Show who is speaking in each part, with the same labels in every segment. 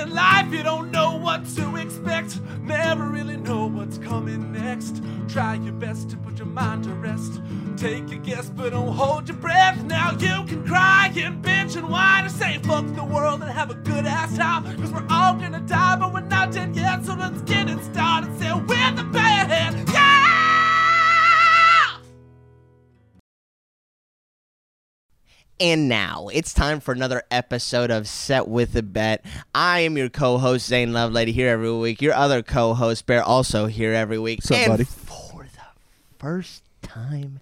Speaker 1: If you don't know what to expect, never really know what's coming next. Try your best to put your mind to rest. Take a guess, but don't hold your breath. Now you can cry and bitch and whine and say fuck the world and have a good ass time. Cause we're all gonna die, but we're not dead yet. So let's get it started. Say we're the band. Yeah!
Speaker 2: And now it's time for another episode of Set with a Bet. I am your co-host Zane Lovelady here every week. Your other co-host Bear also here every week.
Speaker 3: Sup,
Speaker 2: and
Speaker 3: buddy?
Speaker 2: for the first time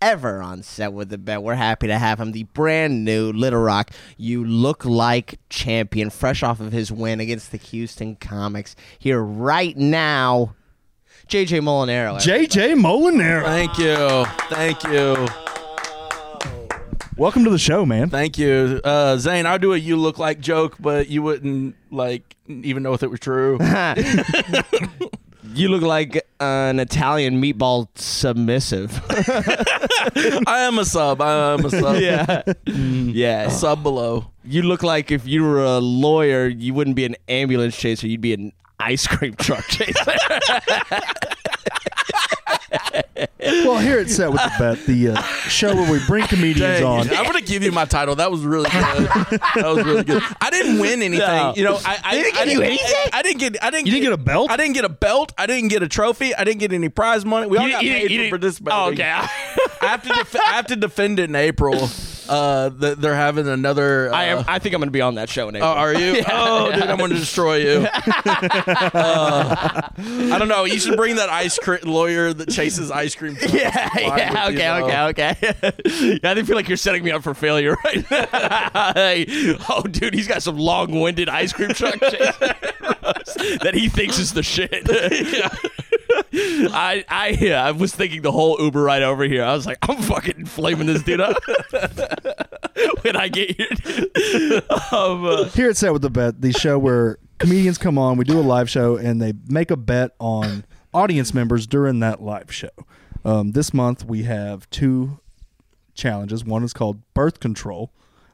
Speaker 2: ever on Set with a Bet, we're happy to have him, the brand new Little Rock. You look like champion, fresh off of his win against the Houston Comics. Here right now, JJ Molinaro.
Speaker 3: JJ Molinaro.
Speaker 4: Thank you. Thank you.
Speaker 3: Welcome to the show, man.
Speaker 4: Thank you. Uh, Zane, I'll do a you look like joke, but you wouldn't like even know if it were true.
Speaker 2: You look like an Italian meatball submissive.
Speaker 4: I am a sub. I am a sub.
Speaker 2: yeah. yeah.
Speaker 4: A sub below.
Speaker 2: you look like if you were a lawyer, you wouldn't be an ambulance chaser, you'd be an ice cream truck chaser.
Speaker 3: Well, here at Set with the Bet, the uh, show where we bring comedians
Speaker 4: Dang.
Speaker 3: on.
Speaker 4: I'm gonna give you my title. That was really good. that was really good. I didn't win anything.
Speaker 2: No.
Speaker 4: You know, I, I
Speaker 2: They didn't
Speaker 4: I
Speaker 2: give you anything?
Speaker 4: I didn't get. I didn't.
Speaker 3: You didn't get a belt?
Speaker 4: I didn't get a belt. I didn't get a trophy. I didn't get any prize money. We all got paid for participating.
Speaker 2: Oh, okay.
Speaker 4: I have to. Def- I have to defend it in April. Uh, that they're having another. Uh,
Speaker 2: I am, I think I'm going to be on that show in April.
Speaker 4: Oh, are you? oh, dude, I'm going to destroy you. Uh, I don't know. You should bring that ice cream lawyer that chases ice cream. trucks.
Speaker 2: yeah,
Speaker 4: Why
Speaker 2: yeah,
Speaker 4: would you
Speaker 2: okay,
Speaker 4: know?
Speaker 2: okay, okay. I feel like you're setting me up for failure right now. Hey, oh, dude, he's got some long-winded ice cream truck chaser that he thinks is the shit. I I yeah, I was thinking the whole Uber ride over here. I was like, I'm fucking flaming this dude up when I get here. um, uh,
Speaker 3: Here at Set with the Bet, the show where comedians come on, we do a live show, and they make a bet on audience members during that live show. Um, this month, we have two challenges. One is called Birth Control,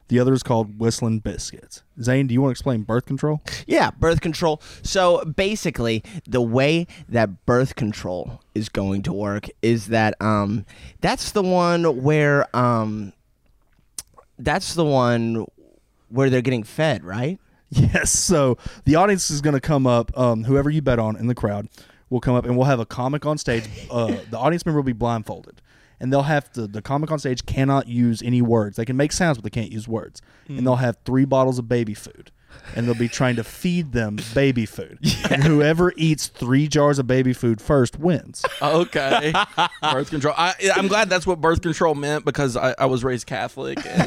Speaker 3: the other is called Whistling Biscuits. Zane, do you want to explain Birth Control?
Speaker 2: Yeah, birth control. So basically, the way that birth control is going to work is that um, that's the one where um, that's the one where they're getting fed, right?
Speaker 3: Yes. So the audience is going to come up. Um, whoever you bet on in the crowd will come up, and we'll have a comic on stage. Uh, the audience member will be blindfolded, and they'll have to. The comic on stage cannot use any words. They can make sounds, but they can't use words.
Speaker 4: Hmm.
Speaker 3: And they'll have three bottles of baby food, and they'll be trying to feed them baby food. And whoever eats three jars of baby food first wins.
Speaker 4: Okay. birth control. I, I'm glad that's what birth control meant because I, I was raised Catholic. And,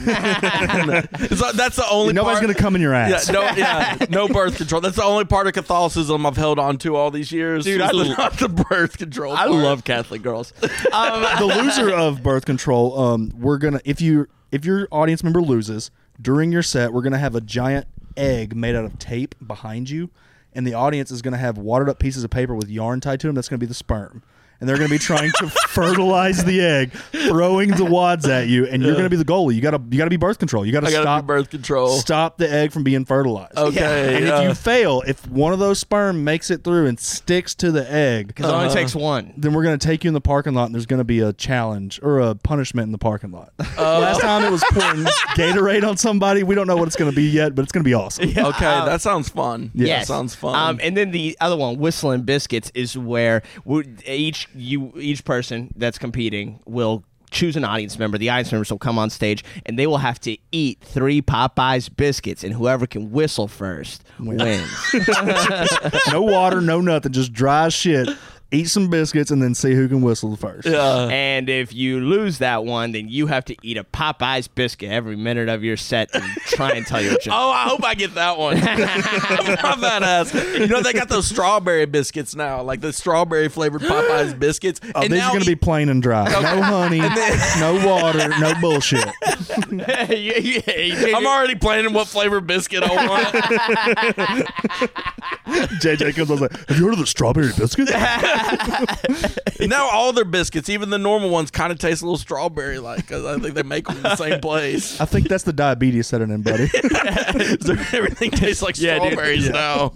Speaker 4: so that's the only.
Speaker 3: Nobody's
Speaker 4: part-
Speaker 3: going to come in your
Speaker 4: Yeah,
Speaker 3: ass.
Speaker 4: no, yeah, no birth control. That's the only part of Catholicism I've held on to all these years.
Speaker 2: Dude,
Speaker 4: was
Speaker 2: I
Speaker 4: the-
Speaker 2: lo-
Speaker 4: not the birth control.
Speaker 2: I
Speaker 4: part.
Speaker 2: love Catholic girls. Um,
Speaker 3: the loser of birth control um we're gonna if you if your audience member loses during your set we're gonna have a giant egg made out of tape behind you and the audience is gonna have watered up pieces of paper with yarn tied to them that's gonna be the sperm and they're gonna be trying to fertilize the egg throwing the wads at you and you're gonna be the goalie you gotta you gotta be birth control you gotta,
Speaker 4: I gotta
Speaker 3: stop
Speaker 4: do birth control.
Speaker 3: stop the egg from being fertilized
Speaker 4: Okay.
Speaker 3: and
Speaker 4: yeah.
Speaker 3: if you fail if one of those sperm makes it through and sticks to the egg
Speaker 2: it only takes one.
Speaker 3: then we're gonna take you in the parking lot, and there's gonna be a challenge or a punishment in the parking lot.
Speaker 4: Oh.
Speaker 3: Last time it was pouring Gatorade on somebody. We don't know what it's gonna be yet, but it's gonna be awesome.
Speaker 4: okay, that sounds fun. Yeah, that sounds fun.
Speaker 2: Um, and then the other one, whistling biscuits, is where we each you each person that's competing will choose an audience member. The audience members will come on stage and they will have to eat three Popeyes biscuits, and whoever can whistle first wins.
Speaker 3: No water, no nothing, just dry shit. Eat some biscuits and then see who can whistle first.
Speaker 4: yeah.
Speaker 2: and if you lose that one, then you have to eat a Popeyes biscuit every minute of your set and try and tell your joke.
Speaker 4: Oh, I hope I get that one. I'm badass. You know they got those strawberry biscuits now, like the strawberry flavored Popeyes biscuits.
Speaker 3: Uh,
Speaker 4: and
Speaker 3: these
Speaker 4: now
Speaker 3: are gonna be plain and dry. No honey, no water, no bullshit.
Speaker 2: Yeah, yeah, yeah.
Speaker 4: I'm already planning what flavor biscuit I want.
Speaker 3: JJ comes on like, have you heard of the strawberry biscuit?
Speaker 4: now all their biscuits, even the normal ones, kind of taste a little strawberry like because I think they make them in the same place.
Speaker 3: I think that's the diabetes setting in, buddy.
Speaker 4: So Everything tastes like
Speaker 5: Yeah, dude.
Speaker 4: strawberries now.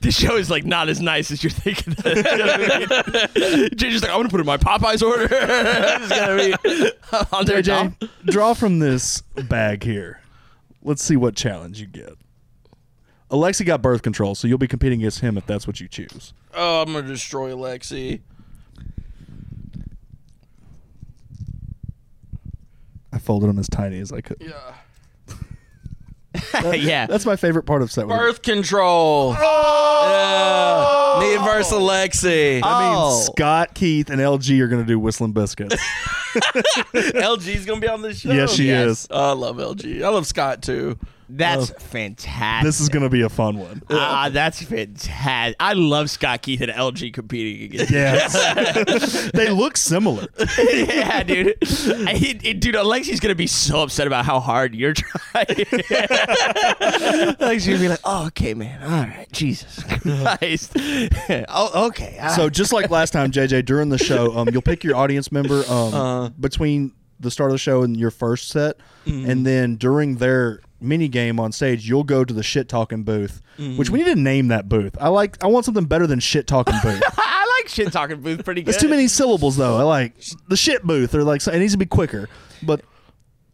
Speaker 5: This show is like not as nice as you're thinking. JJ's like, I'm gonna put in my Popeyes order. it's gonna be on there, Jay.
Speaker 3: JJ, draw from this bag here. Let's see what challenge you get. Alexi got birth control, so you'll be competing against him if that's what you choose.
Speaker 4: Oh, I'm gonna destroy Lexi.
Speaker 3: I folded them as tiny as I could.
Speaker 4: Yeah.
Speaker 2: yeah.
Speaker 3: That's my favorite part of set. with-
Speaker 4: Birth control. Oh! Yeah. Me versus Lexi.
Speaker 3: I mean,
Speaker 2: Oh.
Speaker 3: Scott, Keith, and LG are going to do Whistling Biscuits.
Speaker 4: LG's gonna be on this show.
Speaker 3: yes, she
Speaker 2: yes.
Speaker 3: is.
Speaker 4: I love LG. I love Scott too.
Speaker 2: That's fantastic.
Speaker 3: This is going to be a fun one.
Speaker 5: Ah, that's fantastic. I love Scott Keith and LG competing against.
Speaker 3: Yes. they look similar.
Speaker 5: yeah, dude. I, it, it- dude, Alexi's gonna be so upset about how hard you're trying.
Speaker 2: Like she'd be like, "Oh, okay, man. All right, Jesus Christ. oh, okay. all
Speaker 4: Uh.
Speaker 3: So
Speaker 2: right."
Speaker 3: just like last time, JJ, during the show, um, you'll pick your audience member um,
Speaker 4: Uh.
Speaker 3: between the start of the show and your first set,
Speaker 4: Mm-hmm.
Speaker 3: and then during their mini game on stage, you'll go to the shit talking booth,
Speaker 4: Mm-hmm.
Speaker 3: which we need to name that booth. I like. I want something better than shit talking booth.
Speaker 2: I like shit talking booth pretty good.
Speaker 3: It's too many syllables though. I like the shit booth or like so- it needs to be quicker. But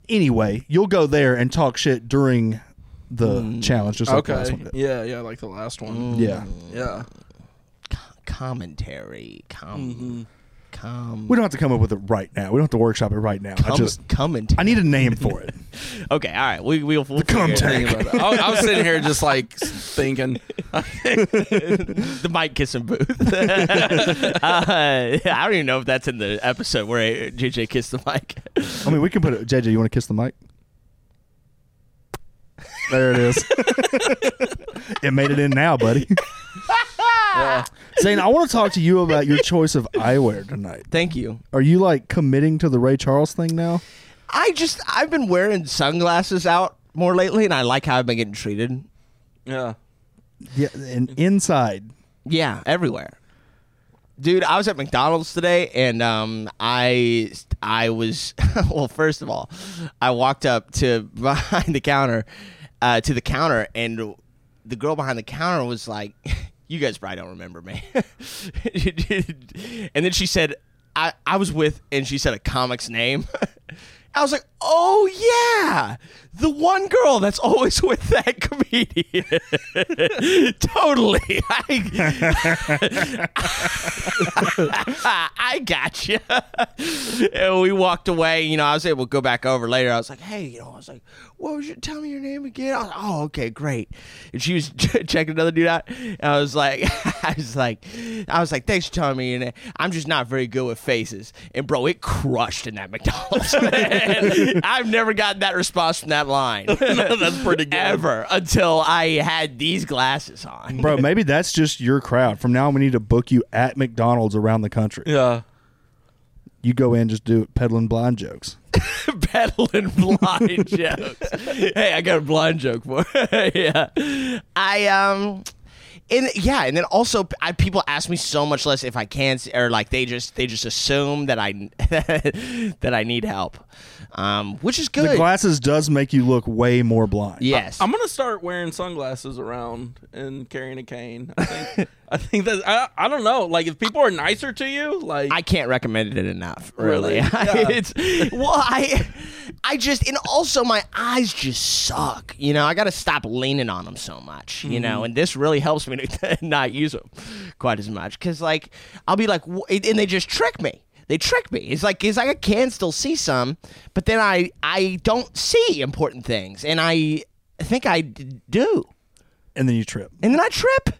Speaker 3: anyway, you'll go there and talk shit during the challenge, just like the last one Mm.
Speaker 4: Mm. Okay.
Speaker 3: did.
Speaker 4: Yeah, yeah, I like the last one.
Speaker 3: Yeah.
Speaker 4: Yeah.
Speaker 2: commentary. Com. Com.
Speaker 3: Mm-hmm. We don't have to come up with it right now. We don't have to workshop it right now. I
Speaker 2: com-
Speaker 3: just
Speaker 2: commentary.
Speaker 3: I need a name for it.
Speaker 5: okay, all right. We we'll, we'll figure it
Speaker 3: Comtech.
Speaker 4: Thinking about it. I, I was sitting here just like thinking.
Speaker 5: out. the Mike Kissing booth. uh, I don't even know if that's in the episode where JJ kissed the mic.
Speaker 3: I mean, we can put it. JJ, you want to kiss the mic? There it is. it made it in now, buddy. Zane, I want to talk to you about your choice of eyewear tonight.
Speaker 2: Thank you.
Speaker 3: Are you like committing to the Ray Charles thing now?
Speaker 2: I just I've been wearing sunglasses out more lately, and I like how I've been getting treated.
Speaker 4: Yeah.
Speaker 3: Yeah, and inside.
Speaker 2: Yeah, everywhere. Dude, I was at McDonald's today, and um, I I was well. First of all, I walked up to behind the counter, uh, to the counter, and the girl behind the counter was like, "You guys probably don't remember me," and then she said, "I I was with," and she said a comic's name. I was like, "Oh yeah, the one girl that's always with that comedian." totally, I, I got you. and we walked away. You know, I was able to go back over later. I was like, "Hey, you know," I was like, "What was your? Tell me your name again." I was like, "Oh, okay, great." And she was checking another dude out. And I was like, "I was like, I was like, thanks for telling me your name. I'm just not very good with faces." And bro, it crushed in that McDonald's. man. I've never gotten that response from that line
Speaker 4: That's pretty good.
Speaker 2: ever until I had these glasses on.
Speaker 3: Bro, maybe that's just your crowd. From now on, we need to book you at McDonald's around the country.
Speaker 4: Yeah.
Speaker 3: You go in, just do peddling blind jokes.
Speaker 5: Peddling blind jokes.
Speaker 2: hey, I got a blind joke for yeah. I um and yeah, and then also I, people ask me so much less if I can s- or like they just they just assume that I that I need help. Um which is
Speaker 3: The
Speaker 2: good.
Speaker 3: glasses does make you look way more blind.
Speaker 2: yes.
Speaker 4: I'm gonna start wearing sunglasses around and carrying a cane. I think, I think that I, I don't know. Like if people are nicer to you, like
Speaker 2: I can't recommend it enough. Really,
Speaker 4: Really? Yeah.
Speaker 2: it's well, I, I just and also my eyes just suck. You know, I got to stop leaning on them so much. You know,
Speaker 3: Mm-hmm.
Speaker 2: and this really helps me to not use them quite as much because like I'll be like, "Wh- and and they just trick me. They trick me. It's like it's like I can still see some, but then I I don't see important things, and I think I d- do,
Speaker 3: And then you trip.
Speaker 2: and then I trip.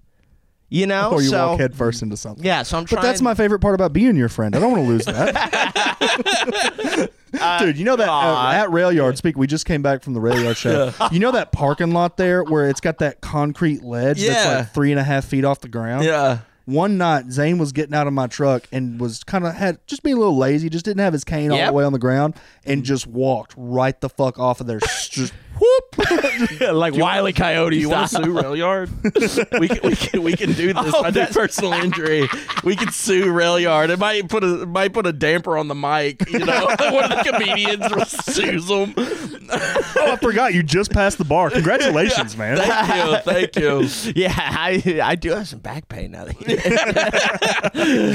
Speaker 2: You know,
Speaker 3: Or you
Speaker 2: so
Speaker 3: walk headfirst into something.
Speaker 2: yeah. So I'm trying.
Speaker 3: But that's my favorite part about being your friend. I don't want to lose that. Dude, you know that uh, at Rail Yard, speak, we just came back from the Rail Yard show. You know that parking lot there where it's got that concrete ledge
Speaker 4: Yeah.
Speaker 3: that's like three and a half feet off the ground?
Speaker 4: yeah.
Speaker 3: one night Zane was getting out of my truck and was kind of had just being a little lazy, just didn't have his cane all
Speaker 2: Yep.
Speaker 3: the way on the ground and just walked right the fuck off of there, s- just whoop
Speaker 5: like Wiley Coyote.
Speaker 4: You want to sue Rail Yard? we, can, we, can, we can do this. I do personal injury. We can sue Rail Yard. It might put a it might put a damper on the mic. You know, one of the comedians sues them.
Speaker 3: Oh, I forgot you just passed the bar. Congratulations, man.
Speaker 4: Thank you, thank
Speaker 2: Yeah, I I do have some back pain now. That you
Speaker 4: you.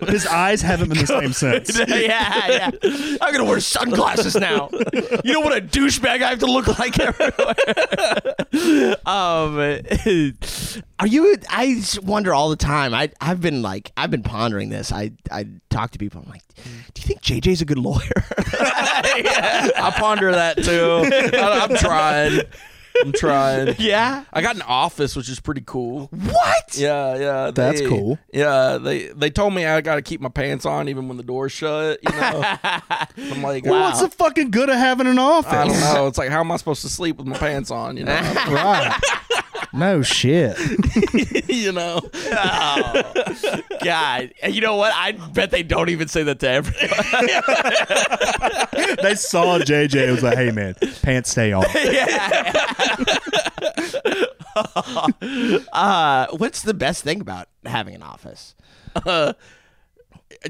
Speaker 4: Good.
Speaker 3: His eyes haven't been the same since.
Speaker 2: yeah, yeah. I'm gonna wear sunglasses now. You know what a douchebag I have to look like everywhere. um, are you? I just wonder all the time. I I've been like I've been pondering this. I I talk to people. I'm like, do you think JJ's a good lawyer?
Speaker 4: I ponder that too. I, I'm trying. I'm trying.
Speaker 2: yeah.
Speaker 4: I got an office, which is pretty cool.
Speaker 2: What?
Speaker 4: Yeah, yeah.
Speaker 3: That's
Speaker 4: they-
Speaker 3: cool.
Speaker 4: Yeah, they they told me I got to keep my pants on even when the door's shut. You know, I'm like,
Speaker 3: Well,
Speaker 4: wow.
Speaker 3: What's the fucking good of having an office?
Speaker 4: I don't know. It's like, how am I supposed to sleep with my pants on? You know,
Speaker 3: Right. No shit.
Speaker 4: you know.
Speaker 5: God, and you know what? I bet they don't even say that to everyone.
Speaker 3: They saw JJ. It was like, hey, man, pants stay on.
Speaker 2: Uh, what's the best thing about having an office?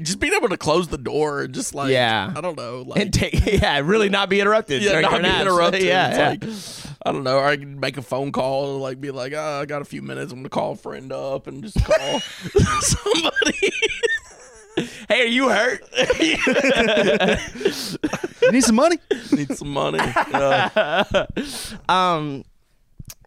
Speaker 4: just being able to close the door and just like
Speaker 2: Yeah.
Speaker 4: I don't know like
Speaker 2: And take yeah, really not be interrupted.
Speaker 4: yeah
Speaker 2: during
Speaker 4: not
Speaker 2: your
Speaker 4: be
Speaker 2: naps.
Speaker 4: interrupted
Speaker 2: Yeah, yeah.
Speaker 4: It's like, I don't know or I can make a phone call and like be like oh, I got a few minutes I'm gonna call a friend up and just call somebody
Speaker 5: hey, are you hurt?
Speaker 3: You need some money?
Speaker 4: need some money yeah
Speaker 2: Um,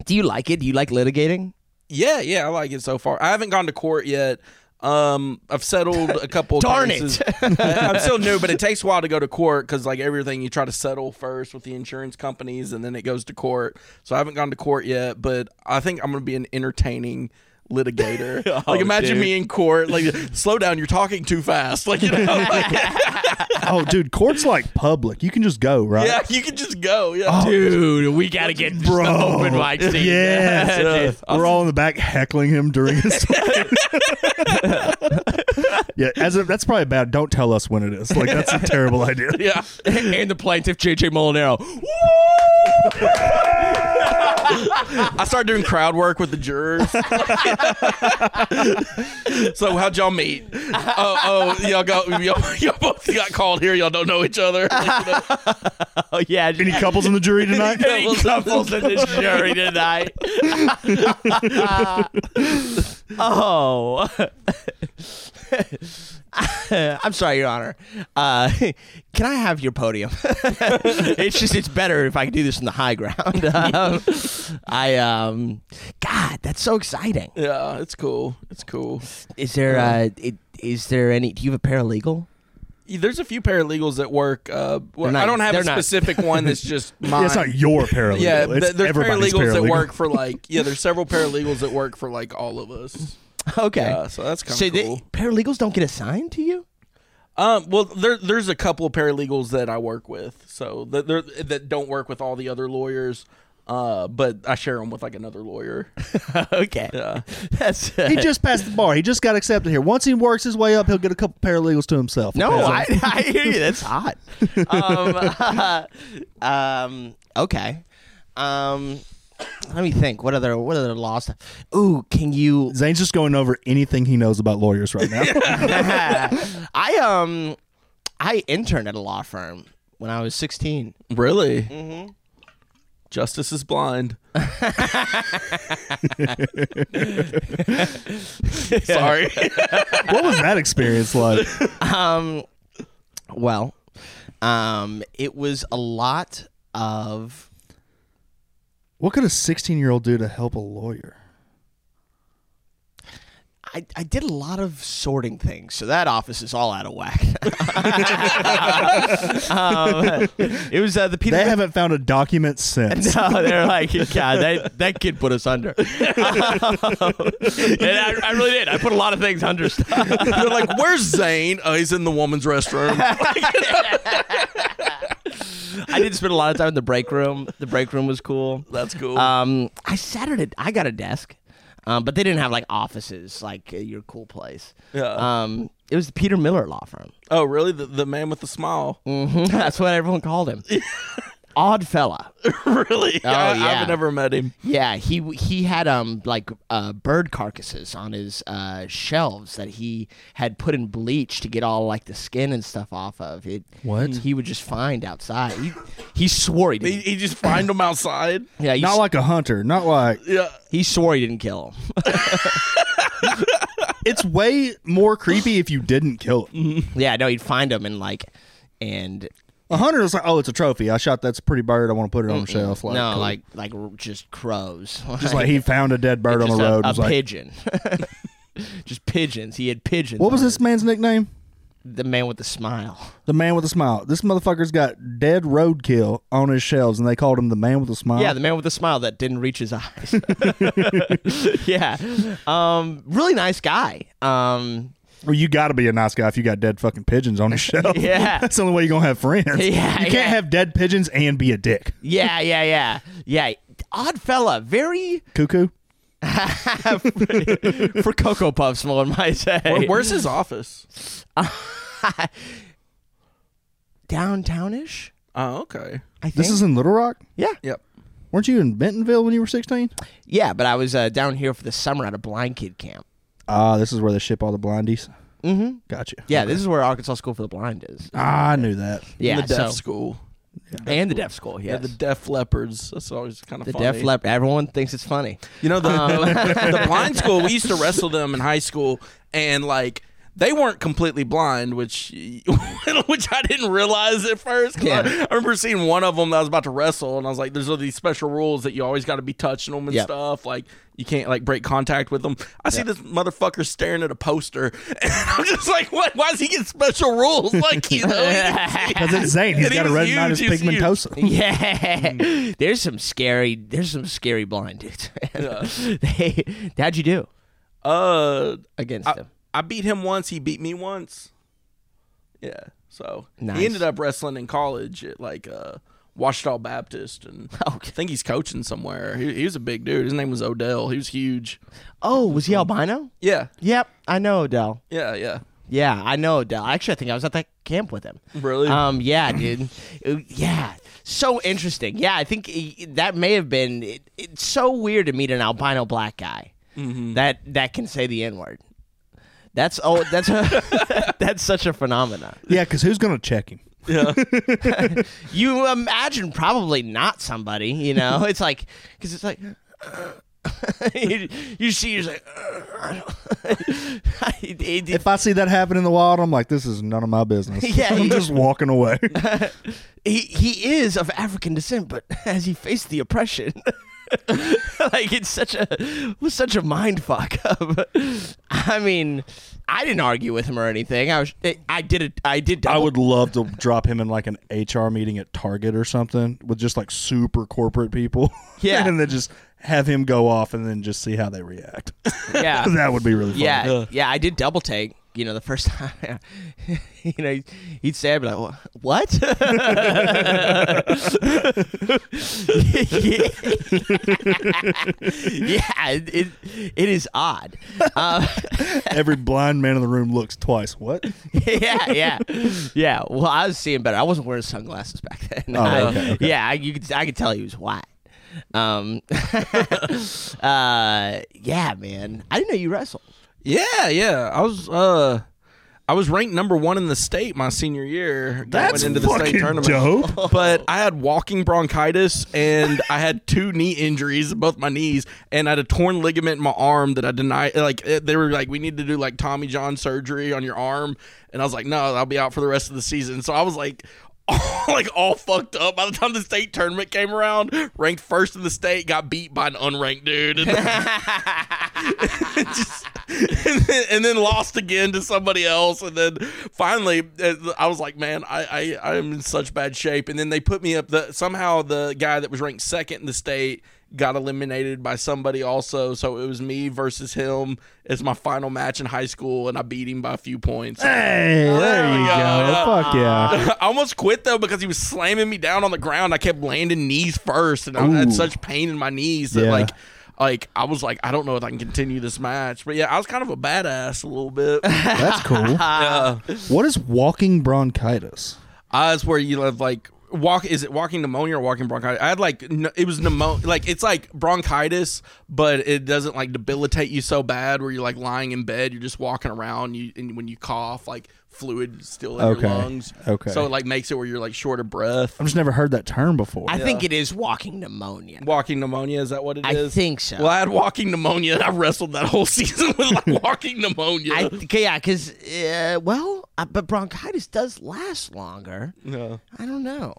Speaker 2: do you like it? Do you like litigating?
Speaker 4: yeah, yeah I like it so far I haven't gone to court yet. Um, I've settled a couple.
Speaker 2: Darn it.
Speaker 4: cases. I- I'm still new, but it takes a while to go to court because like everything you try to settle first with the insurance companies, and then it goes to court. So I haven't gone to court yet, but I think I'm gonna be an entertaining litigator.
Speaker 2: Oh,
Speaker 4: like imagine me in court. Like slow down, you're talking too fast. Like you know, like,
Speaker 3: Oh, dude, court's like public. You can just go, right?
Speaker 4: yeah, you can just go. Yeah,
Speaker 5: Oh,
Speaker 2: Oh.
Speaker 5: Dude, we gotta get just
Speaker 3: Bro.
Speaker 5: the open mic scene.
Speaker 3: Yeah.
Speaker 4: Yeah.
Speaker 3: We're all in the back heckling him during his Yeah, as if that's probably bad. Don't tell us when it is. Like that's a terrible idea.
Speaker 4: yeah.
Speaker 5: and the plaintiff JJ Molinaro.
Speaker 4: I started doing crowd work with the jurors. so how'd y'all meet? Oh, oh, y'all go. Y'all, y'all both got called here. Y'all don't know each other. Like, you know.
Speaker 5: Oh yeah,
Speaker 3: Any couples in the jury tonight?
Speaker 5: any couples in the jury tonight?
Speaker 2: Oh, I'm sorry, Your Honor. Uh, can I have your podium? it's just it's better if I can do this in the high ground. Um, I um, God, that's so exciting.
Speaker 4: Yeah, it's cool. It's cool.
Speaker 2: Is there uh, it, is there any? Do you have a paralegal?
Speaker 4: There's a few paralegals that work. Uh, well,
Speaker 2: They're not-
Speaker 4: I don't have
Speaker 2: they're
Speaker 4: a
Speaker 2: not.
Speaker 4: specific one that's just mine.
Speaker 3: Yeah, it's not your paralegal.
Speaker 4: yeah,
Speaker 3: it's
Speaker 4: th- there's
Speaker 3: everybody's
Speaker 4: paralegals
Speaker 3: paralegal.
Speaker 4: that work for like yeah. There's several paralegals that work for like all of us.
Speaker 2: Okay,
Speaker 4: Yeah, so that's kind
Speaker 2: so
Speaker 4: of
Speaker 2: they-
Speaker 4: cool.
Speaker 2: paralegals don't get assigned to you.
Speaker 4: Um, well, there there's a couple of paralegals that I work with, so that they're- that don't work with all the other lawyers. Uh, but I share them with like another lawyer.
Speaker 2: okay,
Speaker 4: Yeah,
Speaker 2: that's uh,
Speaker 3: He just passed the bar. He just got accepted here. Once he works his way up, he'll get a couple paralegals to himself.
Speaker 2: No,
Speaker 3: Okay, so-
Speaker 2: I, I hear you. That's hot. Um, um, okay. Um, let me think. What other what other law stuff? Ooh, can you?
Speaker 3: Zane's just going over anything he knows about lawyers right now.
Speaker 2: I um, I interned at a law firm when I was sixteen.
Speaker 4: really. Mm-hmm. Justice is blind. Sorry.
Speaker 3: what was that experience like?
Speaker 2: Um, well, um, it was a lot of
Speaker 3: What could a 16 year old do to help a lawyer?
Speaker 2: I, I did a lot of sorting things, so that office is all out of whack. um, it was uh, the Peter.
Speaker 3: They haven't found a document since.
Speaker 2: no, they're like, God, that, that kid put us under.
Speaker 5: And I, I really did. I put a lot of things under stuff.
Speaker 4: They're like, "Where's Zane? Oh, he's in the woman's restroom." Oh,
Speaker 2: I did spend a lot of time in the break room. The break room was cool.
Speaker 4: That's cool.
Speaker 2: Um, I sat at a, I got a desk, um, but they didn't have like offices like uh, your cool place.
Speaker 4: Yeah.
Speaker 2: Um, it was the Peter Miller Law Firm. Mm.
Speaker 4: oh, really? The, the man with the smile.
Speaker 2: hmm That's what everyone called him. odd fella.
Speaker 4: really? I,
Speaker 2: yeah.
Speaker 4: I've never met him.
Speaker 2: Yeah, he he had um like uh, bird carcasses on his uh, shelves that he had put in bleach to get all like the skin and stuff off of it.
Speaker 3: What?
Speaker 2: he would just find outside. He, he swore he
Speaker 4: He,
Speaker 2: didn't.
Speaker 4: he just find him outside.
Speaker 2: Yeah, he,
Speaker 3: Not
Speaker 2: s-
Speaker 3: like a hunter. Not like
Speaker 4: Yeah.
Speaker 2: he swore he didn't kill him.
Speaker 3: it's way more creepy if you didn't kill him.
Speaker 2: yeah, no, he'd find him and like and
Speaker 3: A hunter is like, oh, it's a trophy. I shot that's a pretty bird. I want to put it on the shelf. Like,
Speaker 2: no,
Speaker 3: cool.
Speaker 2: like like r- just crows.
Speaker 3: just like he found a dead bird on the
Speaker 2: Just
Speaker 3: road.
Speaker 2: A,
Speaker 3: and
Speaker 2: a
Speaker 3: was like,
Speaker 2: pigeon. just pigeons. He had pigeons.
Speaker 3: what was
Speaker 2: on
Speaker 3: this man's nickname?
Speaker 2: his- The man with the smile.
Speaker 3: The man with a smile. This motherfucker's got dead roadkill on his shelves, and they called him the man with a smile.
Speaker 2: Yeah, the man with the smile that didn't reach his eyes. yeah, um, really nice guy. Um,
Speaker 3: well, you got to be a nice guy if you got dead fucking pigeons on your shelf.
Speaker 2: Yeah.
Speaker 3: that's the only way you're gonna have friends. you can't
Speaker 2: yeah.
Speaker 3: have dead pigeons and be a dick.
Speaker 2: yeah, yeah, yeah, yeah. Odd fella, very
Speaker 3: Cuckoo.
Speaker 2: for Cocoa Puffs, one might say.
Speaker 4: Where- where's his office?
Speaker 2: downtownish?
Speaker 4: Oh, okay.
Speaker 2: I think.
Speaker 3: This is in Little Rock.
Speaker 2: yeah,
Speaker 4: Yep.
Speaker 3: Weren't you in Bentonville when you were 16?
Speaker 2: yeah. But I was uh, down here for the summer at a blind kid camp.
Speaker 3: Ah, this is where they ship all the blindies.
Speaker 2: Mm-hmm.
Speaker 3: Gotcha.
Speaker 2: Yeah, this is where Arkansas School for the Blind is.
Speaker 3: Ah, I knew that.
Speaker 2: Yeah,
Speaker 4: the deaf
Speaker 2: so-
Speaker 4: school.
Speaker 2: and the deaf school.
Speaker 4: Yeah,
Speaker 2: Yes.
Speaker 4: the deaf leopards. That's always kind of
Speaker 2: The
Speaker 4: funny.
Speaker 2: Def Leppard. Everyone thinks it's funny.
Speaker 4: You know the
Speaker 2: Um,
Speaker 4: the blind school. We used to wrestle them in high school, and like they weren't completely blind, which which I didn't realize at first. 'cause I,
Speaker 2: Yeah.
Speaker 4: I remember seeing one of them that I was about to wrestle, and I was like, "There's all these special rules that you always got to be touching them and
Speaker 2: Yep.
Speaker 4: stuff. Like you can't like break contact with them." I see this motherfucker staring at a poster, and I'm just like, "What? Why does he get special rules? Like you know." he-
Speaker 3: Because it's Zane. He's
Speaker 4: And he
Speaker 3: got a
Speaker 4: was
Speaker 3: red minus
Speaker 4: huge, he's huge.
Speaker 3: pigmentosa.
Speaker 2: yeah,
Speaker 4: Hmm.
Speaker 2: there's some scary. There's some scary blind dudes. They- how'd you do
Speaker 4: Uh,
Speaker 2: against
Speaker 4: I,
Speaker 2: them?
Speaker 4: I beat him once. He beat me once. Yeah. So
Speaker 2: Nice.
Speaker 4: he ended up wrestling in college at like uh, Washita Baptist, and I think he's coaching somewhere. He, he was a big dude. His name was Odell. He was huge.
Speaker 2: Oh, was
Speaker 4: Hmm.
Speaker 2: he albino?
Speaker 4: Yeah.
Speaker 2: Yep, I know Odell.
Speaker 4: Yeah. Yeah.
Speaker 2: Yeah, I know Odell. Actually, I think I was at that camp with him.
Speaker 4: Really?
Speaker 2: Um, yeah, dude. It- yeah, so interesting. Yeah, I think i- that may have been. It, it's so weird to meet an albino black guy
Speaker 4: Mm-hmm.
Speaker 2: that that can say the n word. That's oh, that's a, that's such a phenomenon.
Speaker 3: Yeah, because who's going to check him?
Speaker 4: yeah.
Speaker 2: you imagine probably not somebody you know it's like because it's like you, you see you're just like I don't- it- it-
Speaker 3: If I see that happen in the wild, I'm like, this is none of my business.
Speaker 2: Yeah,
Speaker 3: I'm
Speaker 2: you-
Speaker 3: just walking away.
Speaker 2: he, he is of african descent but has he faced the oppression like it's such a was such a mind fuck of i mean i didn't argue with him or anything i was i did it i did
Speaker 3: I
Speaker 2: double
Speaker 3: would love to drop him in like an HR meeting at Target or something with just like super corporate people.
Speaker 2: Yeah.
Speaker 3: and then just have him go off and then just see how they react.
Speaker 2: yeah
Speaker 3: that would be really fun.
Speaker 2: Yeah, yeah, I did double take. You know, the first time, you know, he'd say, "I'd be like, "Wha- what?" yeah, it it is odd. Um,
Speaker 3: Every blind man in the room looks twice. What?
Speaker 2: yeah, yeah, yeah. Well, I was seeing better. I wasn't wearing sunglasses back then.
Speaker 3: Oh,
Speaker 2: I-
Speaker 3: okay, okay.
Speaker 2: Yeah, I, you could, I could tell he was white. Um, uh, yeah, man. I didn't know you wrestled.
Speaker 4: Yeah. Yeah. I was. Uh, I was ranked number one in the state my senior year. going
Speaker 3: That's
Speaker 4: into the
Speaker 3: fucking
Speaker 4: state tournament.
Speaker 3: dope.
Speaker 4: but I had walking bronchitis and I had two knee injuries, both my knees, and I had a torn ligament in my arm that I denied. Like eh, they were like, we need to do like Tommy John surgery on your arm, and I was like, no, I'll be out for the rest of the season. So I was like. like all fucked up by the time the state tournament came around, ranked first in the state, got beat by an unranked dude, and, just- and, then, and then lost again to somebody else, and then finally uh, I was like, man, I, I I'm in such bad shape. And then they put me up. The somehow the guy that was ranked second in the state got eliminated by somebody also, so it was me versus him as my final match in high school, and I beat him by a few points.
Speaker 3: Hey, there you go. Fuck yeah.
Speaker 4: I almost quit though because he was slamming me down on the ground. I kept landing knees first, and I
Speaker 3: Ooh.
Speaker 4: had such pain in my knees that
Speaker 3: Yeah.
Speaker 4: like, like I was like, I don't know if I can continue this match. But yeah, I was kind of a badass a little bit.
Speaker 3: That's cool.
Speaker 4: yeah,
Speaker 3: What is walking bronchitis?
Speaker 4: I was where you have like walk is it walking pneumonia or walking bronchitis? I had like n- it was pneumonia, like it's like bronchitis, but it doesn't like debilitate you so bad where you're like lying in bed, you're just walking around, you and when you cough, like fluid still in
Speaker 3: Okay.
Speaker 4: your lungs.
Speaker 3: Okay.
Speaker 4: So it like makes it where you're like short of breath.
Speaker 3: I've just never heard that term before.
Speaker 2: I think it is walking pneumonia.
Speaker 4: Walking pneumonia is that what it
Speaker 2: I
Speaker 4: is?
Speaker 2: think so.
Speaker 4: Well, I had walking pneumonia. and I wrestled that whole season with like walking pneumonia.
Speaker 2: I th- yeah, because uh, well, uh, but bronchitis does last longer.
Speaker 4: yeah.
Speaker 2: I don't know.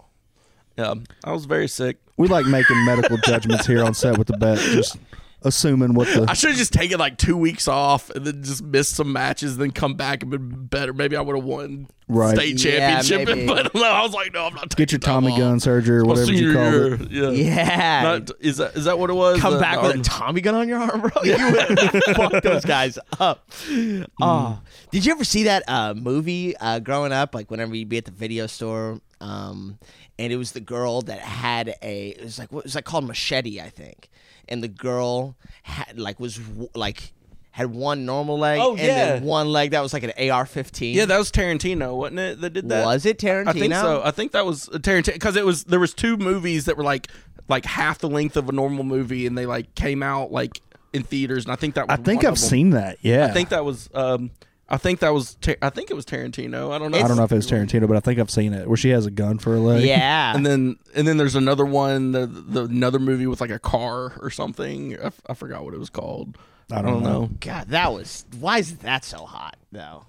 Speaker 4: yeah, I was very sick.
Speaker 3: we like making medical judgments here on set with the bet, just assuming what
Speaker 4: I
Speaker 3: the.
Speaker 4: should have just taken like two weeks off and then just missed some matches, then come back and been better. Maybe I would have won
Speaker 3: Right.
Speaker 4: state
Speaker 2: Yeah,
Speaker 4: championship,
Speaker 2: maybe.
Speaker 4: but no, I was like, no, I'm not.
Speaker 3: Get your Tommy gun surgery or whatever you call it.
Speaker 4: Yeah.
Speaker 2: Yeah,
Speaker 4: Not- is that is that what it was?
Speaker 2: come
Speaker 4: The-
Speaker 2: back
Speaker 4: the
Speaker 2: with a
Speaker 4: arm-
Speaker 2: Tommy gun on your arm, bro. You would fuck those guys up.
Speaker 4: Mm.
Speaker 2: Oh, did you ever see that uh, movie uh, growing up? Like whenever you'd be at the video store, um, and it was the girl that had a. It was like what it was that called machete, I think. And the girl had like was w- like had one normal leg
Speaker 4: Oh,
Speaker 2: and
Speaker 4: yeah.
Speaker 2: then one leg that was like an AR-15.
Speaker 4: yeah, that was Tarantino, wasn't it? That did that.
Speaker 2: was it Tarantino?
Speaker 4: I think so. I think that was Tarantino because it was there was two movies that were like like half the length of a normal movie, and they like came out like in theaters, and I think that was
Speaker 3: I think
Speaker 4: one
Speaker 3: I've
Speaker 4: of them.
Speaker 3: seen that. Yeah.
Speaker 4: I think that was. um I think that was. Tar- I think it was Tarantino. I don't know.
Speaker 3: I don't know if it was Tarantino, but I think I've seen it where she has a gun for a leg.
Speaker 2: Yeah.
Speaker 4: and then and then there's another one the, the another movie with like a car or something I, f- I forgot what it was called
Speaker 3: I don't know.
Speaker 2: God, that was why is that so hot though?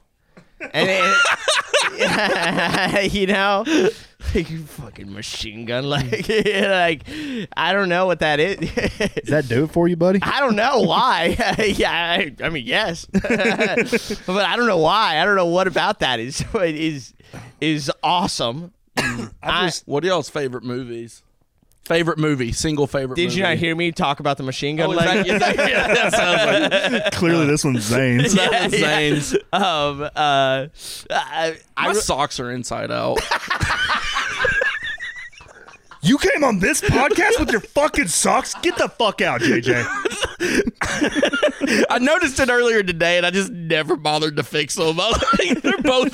Speaker 2: And it, you know, like you fucking machine gun, like like I don't know what that is.
Speaker 3: Does that do it for you, buddy?
Speaker 2: I don't know why. yeah, I, I mean yes, but I don't know why. I don't know what about that is is is awesome. I-
Speaker 4: what are y'all's favorite movies favorite movie single favorite
Speaker 2: did you not
Speaker 4: movie?
Speaker 2: hear me talk about the machine gun?
Speaker 4: Oh, is
Speaker 2: leg?
Speaker 4: that- is that- yeah, that sounds like
Speaker 3: Clearly, this one's Zane's.
Speaker 4: that was Zane's.
Speaker 2: Um, uh, I, I
Speaker 4: my socks are inside out
Speaker 3: You came on this podcast with your fucking socks? Get the fuck out, JJ.
Speaker 4: I noticed it earlier today and I just never bothered to fix them I was like, they're both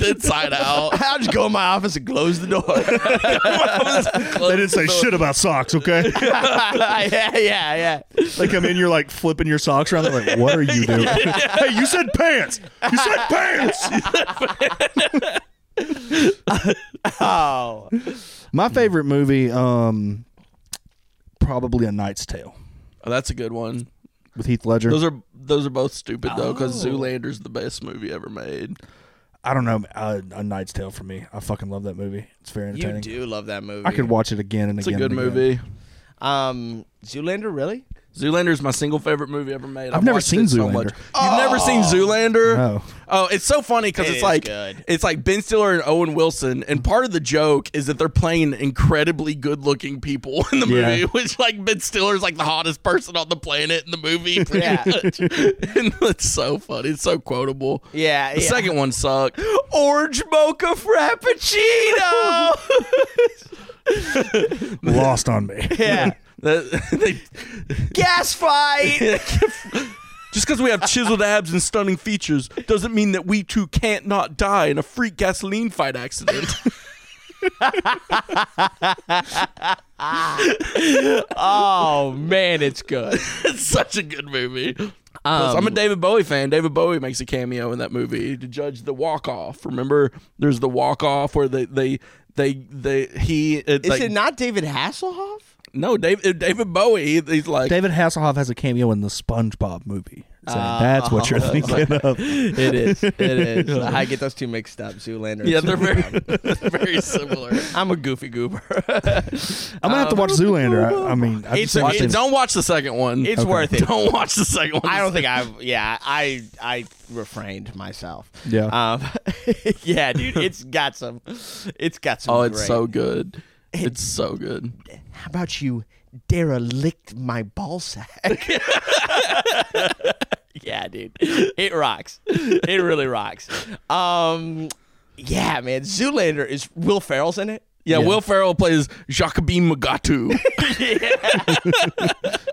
Speaker 4: inside out
Speaker 2: I'll just go in my office and close the door.
Speaker 3: They didn't say shit about socks, okay?
Speaker 2: yeah, yeah, yeah.
Speaker 3: They come in, you're like flipping your socks around. They're like, what are you doing? hey, you said pants. You said pants.
Speaker 2: Oh.
Speaker 3: My favorite movie, um, probably A Knight's Tale
Speaker 4: oh, that's a good one
Speaker 3: with Heath Ledger.
Speaker 4: those are those are both stupid though
Speaker 2: Oh.
Speaker 4: because Zoolander's the best movie ever made
Speaker 3: I don't know. Uh, a Knight's Tale for me. I fucking love that movie. It's very
Speaker 2: You
Speaker 3: entertaining.
Speaker 2: do love that movie.
Speaker 3: I could watch it again and
Speaker 4: it's a
Speaker 3: again.
Speaker 4: good
Speaker 3: and again.
Speaker 4: movie
Speaker 2: Um, Zoolander, really?
Speaker 4: Zoolander is my single favorite movie ever made. I've,
Speaker 3: never
Speaker 4: watched
Speaker 3: seen
Speaker 4: it So much.
Speaker 3: Zoolander.
Speaker 4: You've never seen Zoolander?
Speaker 3: No.
Speaker 4: Oh, it's so funny because
Speaker 2: It
Speaker 4: it's
Speaker 2: is
Speaker 4: like
Speaker 2: good.
Speaker 4: it's like Ben Stiller and Owen Wilson, and part of the joke is that they're playing incredibly good-looking people in the
Speaker 3: Yeah.
Speaker 4: movie, which like Ben Stiller's like the hottest person on the planet in the movie. pretty
Speaker 2: Yeah.
Speaker 4: much. and it's so funny. It's so quotable.
Speaker 2: Yeah.
Speaker 4: The
Speaker 2: yeah.
Speaker 4: second one sucked.
Speaker 2: orange mocha frappuccino.
Speaker 3: Lost on me.
Speaker 2: yeah.
Speaker 4: That- they-
Speaker 2: Gas fight.
Speaker 4: Just because we have chiseled abs and stunning features doesn't mean that we too can't not die in a freak gasoline fight accident.
Speaker 2: oh man, it's good.
Speaker 4: it's such a good movie.
Speaker 2: Um,
Speaker 4: I'm a David Bowie fan. David Bowie makes a cameo in that movie to judge the walk off. Remember, there's the walk off where they they they they he uh,
Speaker 2: Is
Speaker 4: like-
Speaker 2: it not David Hasselhoff?
Speaker 4: no David David Bowie. He's like
Speaker 3: David Hasselhoff has a cameo in the SpongeBob movie. So that's what you're thinking of.
Speaker 2: It is. It is. I get those two mixed up. Zoolander. and
Speaker 4: yeah, they're very
Speaker 2: Zoolander.
Speaker 4: very similar.
Speaker 2: I'm a goofy goober.
Speaker 3: I'm gonna have to watch Zoolander. I, I mean, I
Speaker 2: It's
Speaker 3: just
Speaker 2: a-
Speaker 3: watched
Speaker 4: Watch it.
Speaker 3: it.
Speaker 4: Don't watch the second one.
Speaker 2: It's worth it.
Speaker 4: Don't watch the second one.
Speaker 2: I don't think I've. Yeah, I I refrained myself.
Speaker 3: Yeah.
Speaker 2: Um, yeah, dude, it's got some. It's got some.
Speaker 4: Oh, it's
Speaker 2: great-
Speaker 4: so good. It's so good.
Speaker 2: How about you? Derelict my ball sack. yeah, dude, it rocks. It really rocks. Um, yeah, man, Zoolander is Will Ferrell's in it.
Speaker 4: Yeah, Will Ferrell plays Jacobin Magatu.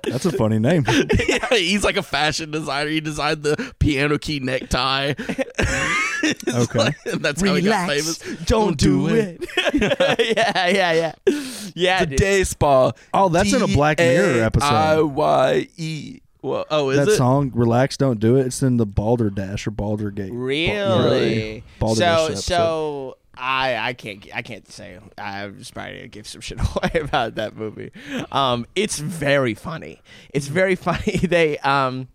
Speaker 3: That's a funny name.
Speaker 4: yeah, he's like a fashion designer. He designed the piano key necktie.
Speaker 3: Okay.
Speaker 4: and that's how he got
Speaker 6: Relax.
Speaker 4: famous.
Speaker 6: Don't do it.
Speaker 2: yeah, yeah, yeah. Yeah,
Speaker 4: The
Speaker 2: dude.
Speaker 4: day spa.
Speaker 3: Oh, that's in a Black Mirror episode.
Speaker 4: I Y E. Well, oh, is
Speaker 3: that
Speaker 4: it?
Speaker 3: song "Relax, Don't Do It." It's in the Balder Dash or Balder Gate.
Speaker 2: Really?
Speaker 3: Baldur
Speaker 2: so
Speaker 3: Dash
Speaker 2: so I I can't I can't say I'm just probably gonna give some shit away about that movie. Um, it's very funny. It's very funny. They um,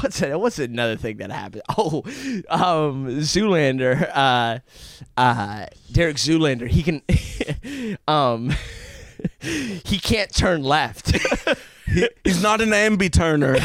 Speaker 2: what's it? What's another thing that happened? Oh, um, Zoolander. Uh, uh, Derek Zoolander. He can, um, he can't turn left.
Speaker 4: He's not an ambi turner.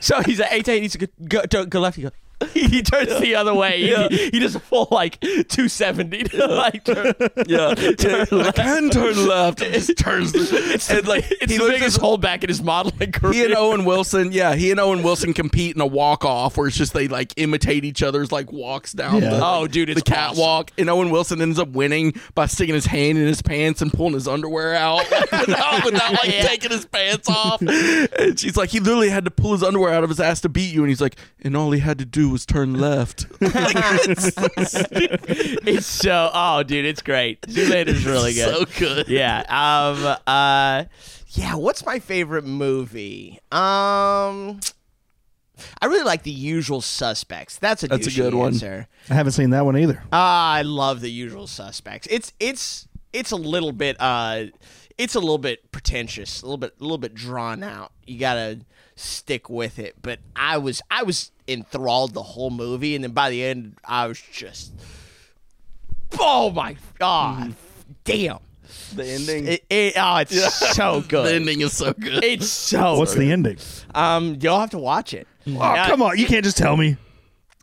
Speaker 2: So he's at 18. He's go, go, go, go left. He goes. He turns the other way. He- He, does a full like 270. to, like turn,
Speaker 4: yeah,
Speaker 2: turn
Speaker 4: I
Speaker 2: left.
Speaker 4: can turn left. It just turns.
Speaker 2: It's,
Speaker 4: and like
Speaker 2: it's
Speaker 4: he
Speaker 2: the
Speaker 4: looks
Speaker 2: biggest
Speaker 4: at-
Speaker 2: holdback in his modeling career.
Speaker 4: He and Owen Wilson, yeah, he and Owen Wilson compete in a walk off where it's just they like imitate each other's like walks down
Speaker 3: Yeah.
Speaker 4: the,
Speaker 2: Oh, dude, it's
Speaker 4: the catwalk. And Owen Wilson ends up winning by sticking his hand in his pants and pulling his underwear out without, without, like taking his pants off. And she's like, he literally had to pull his underwear out of his ass to beat you. And he's like, and all he had to do was turn left. Like, it's
Speaker 2: It's so. Oh, dude, it's great. Zoolander's really good.
Speaker 4: so good.
Speaker 2: yeah. Um. Uh.
Speaker 6: Yeah, what's my favorite movie? Um I really like The Usual Suspects. That's a
Speaker 4: That's a
Speaker 6: douchey
Speaker 4: good one.
Speaker 6: answer.
Speaker 3: I haven't seen that one either.
Speaker 6: Ah, I love
Speaker 2: Love the usual suspects. It's it's it's a little bit. Uh. It's a little bit pretentious. A little bit. A little bit drawn out. You gotta stick with it. But I was. I was enthralled the whole movie, and then by the end, I was just. Oh my god! Damn.
Speaker 4: The ending.
Speaker 2: It, it, oh, it's so good.
Speaker 4: the ending is so good.
Speaker 2: It's so.
Speaker 3: What's the ending?
Speaker 2: Um, you'll have to watch it.
Speaker 3: Oh, come on! You can't just tell me.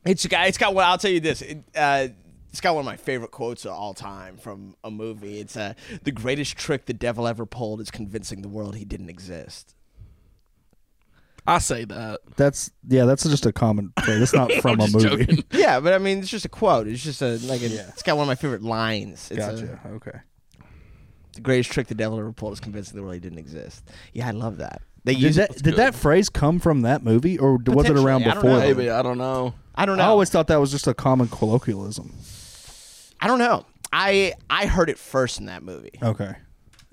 Speaker 2: It's got. It's got. Well, I'll tell you this. It, uh, it's got one of my favorite quotes of all time from a movie. It's uh, the greatest trick the devil ever pulled is convincing the world he didn't exist.
Speaker 4: I say that.
Speaker 3: That's yeah. That's just a common. phrase. That's not from a
Speaker 4: just
Speaker 3: movie.
Speaker 4: joking.
Speaker 2: Yeah, but I mean, it's just a quote. It's just a like. A, It's got one of my favorite lines. It's
Speaker 3: Gotcha.
Speaker 2: a,
Speaker 3: Okay.
Speaker 2: the greatest trick the devil ever pulled is convincing the world he didn't exist. Yeah, I love that. They
Speaker 3: Did
Speaker 2: use.
Speaker 3: that did that phrase come from that movie, or d- was it around
Speaker 2: Potentially, I don't
Speaker 3: before?
Speaker 2: know.
Speaker 3: then?
Speaker 4: Maybe I don't know.
Speaker 2: I don't
Speaker 3: I
Speaker 2: know.
Speaker 3: always thought that was just a common colloquialism.
Speaker 2: I don't know. I I heard it first in that movie.
Speaker 3: Okay.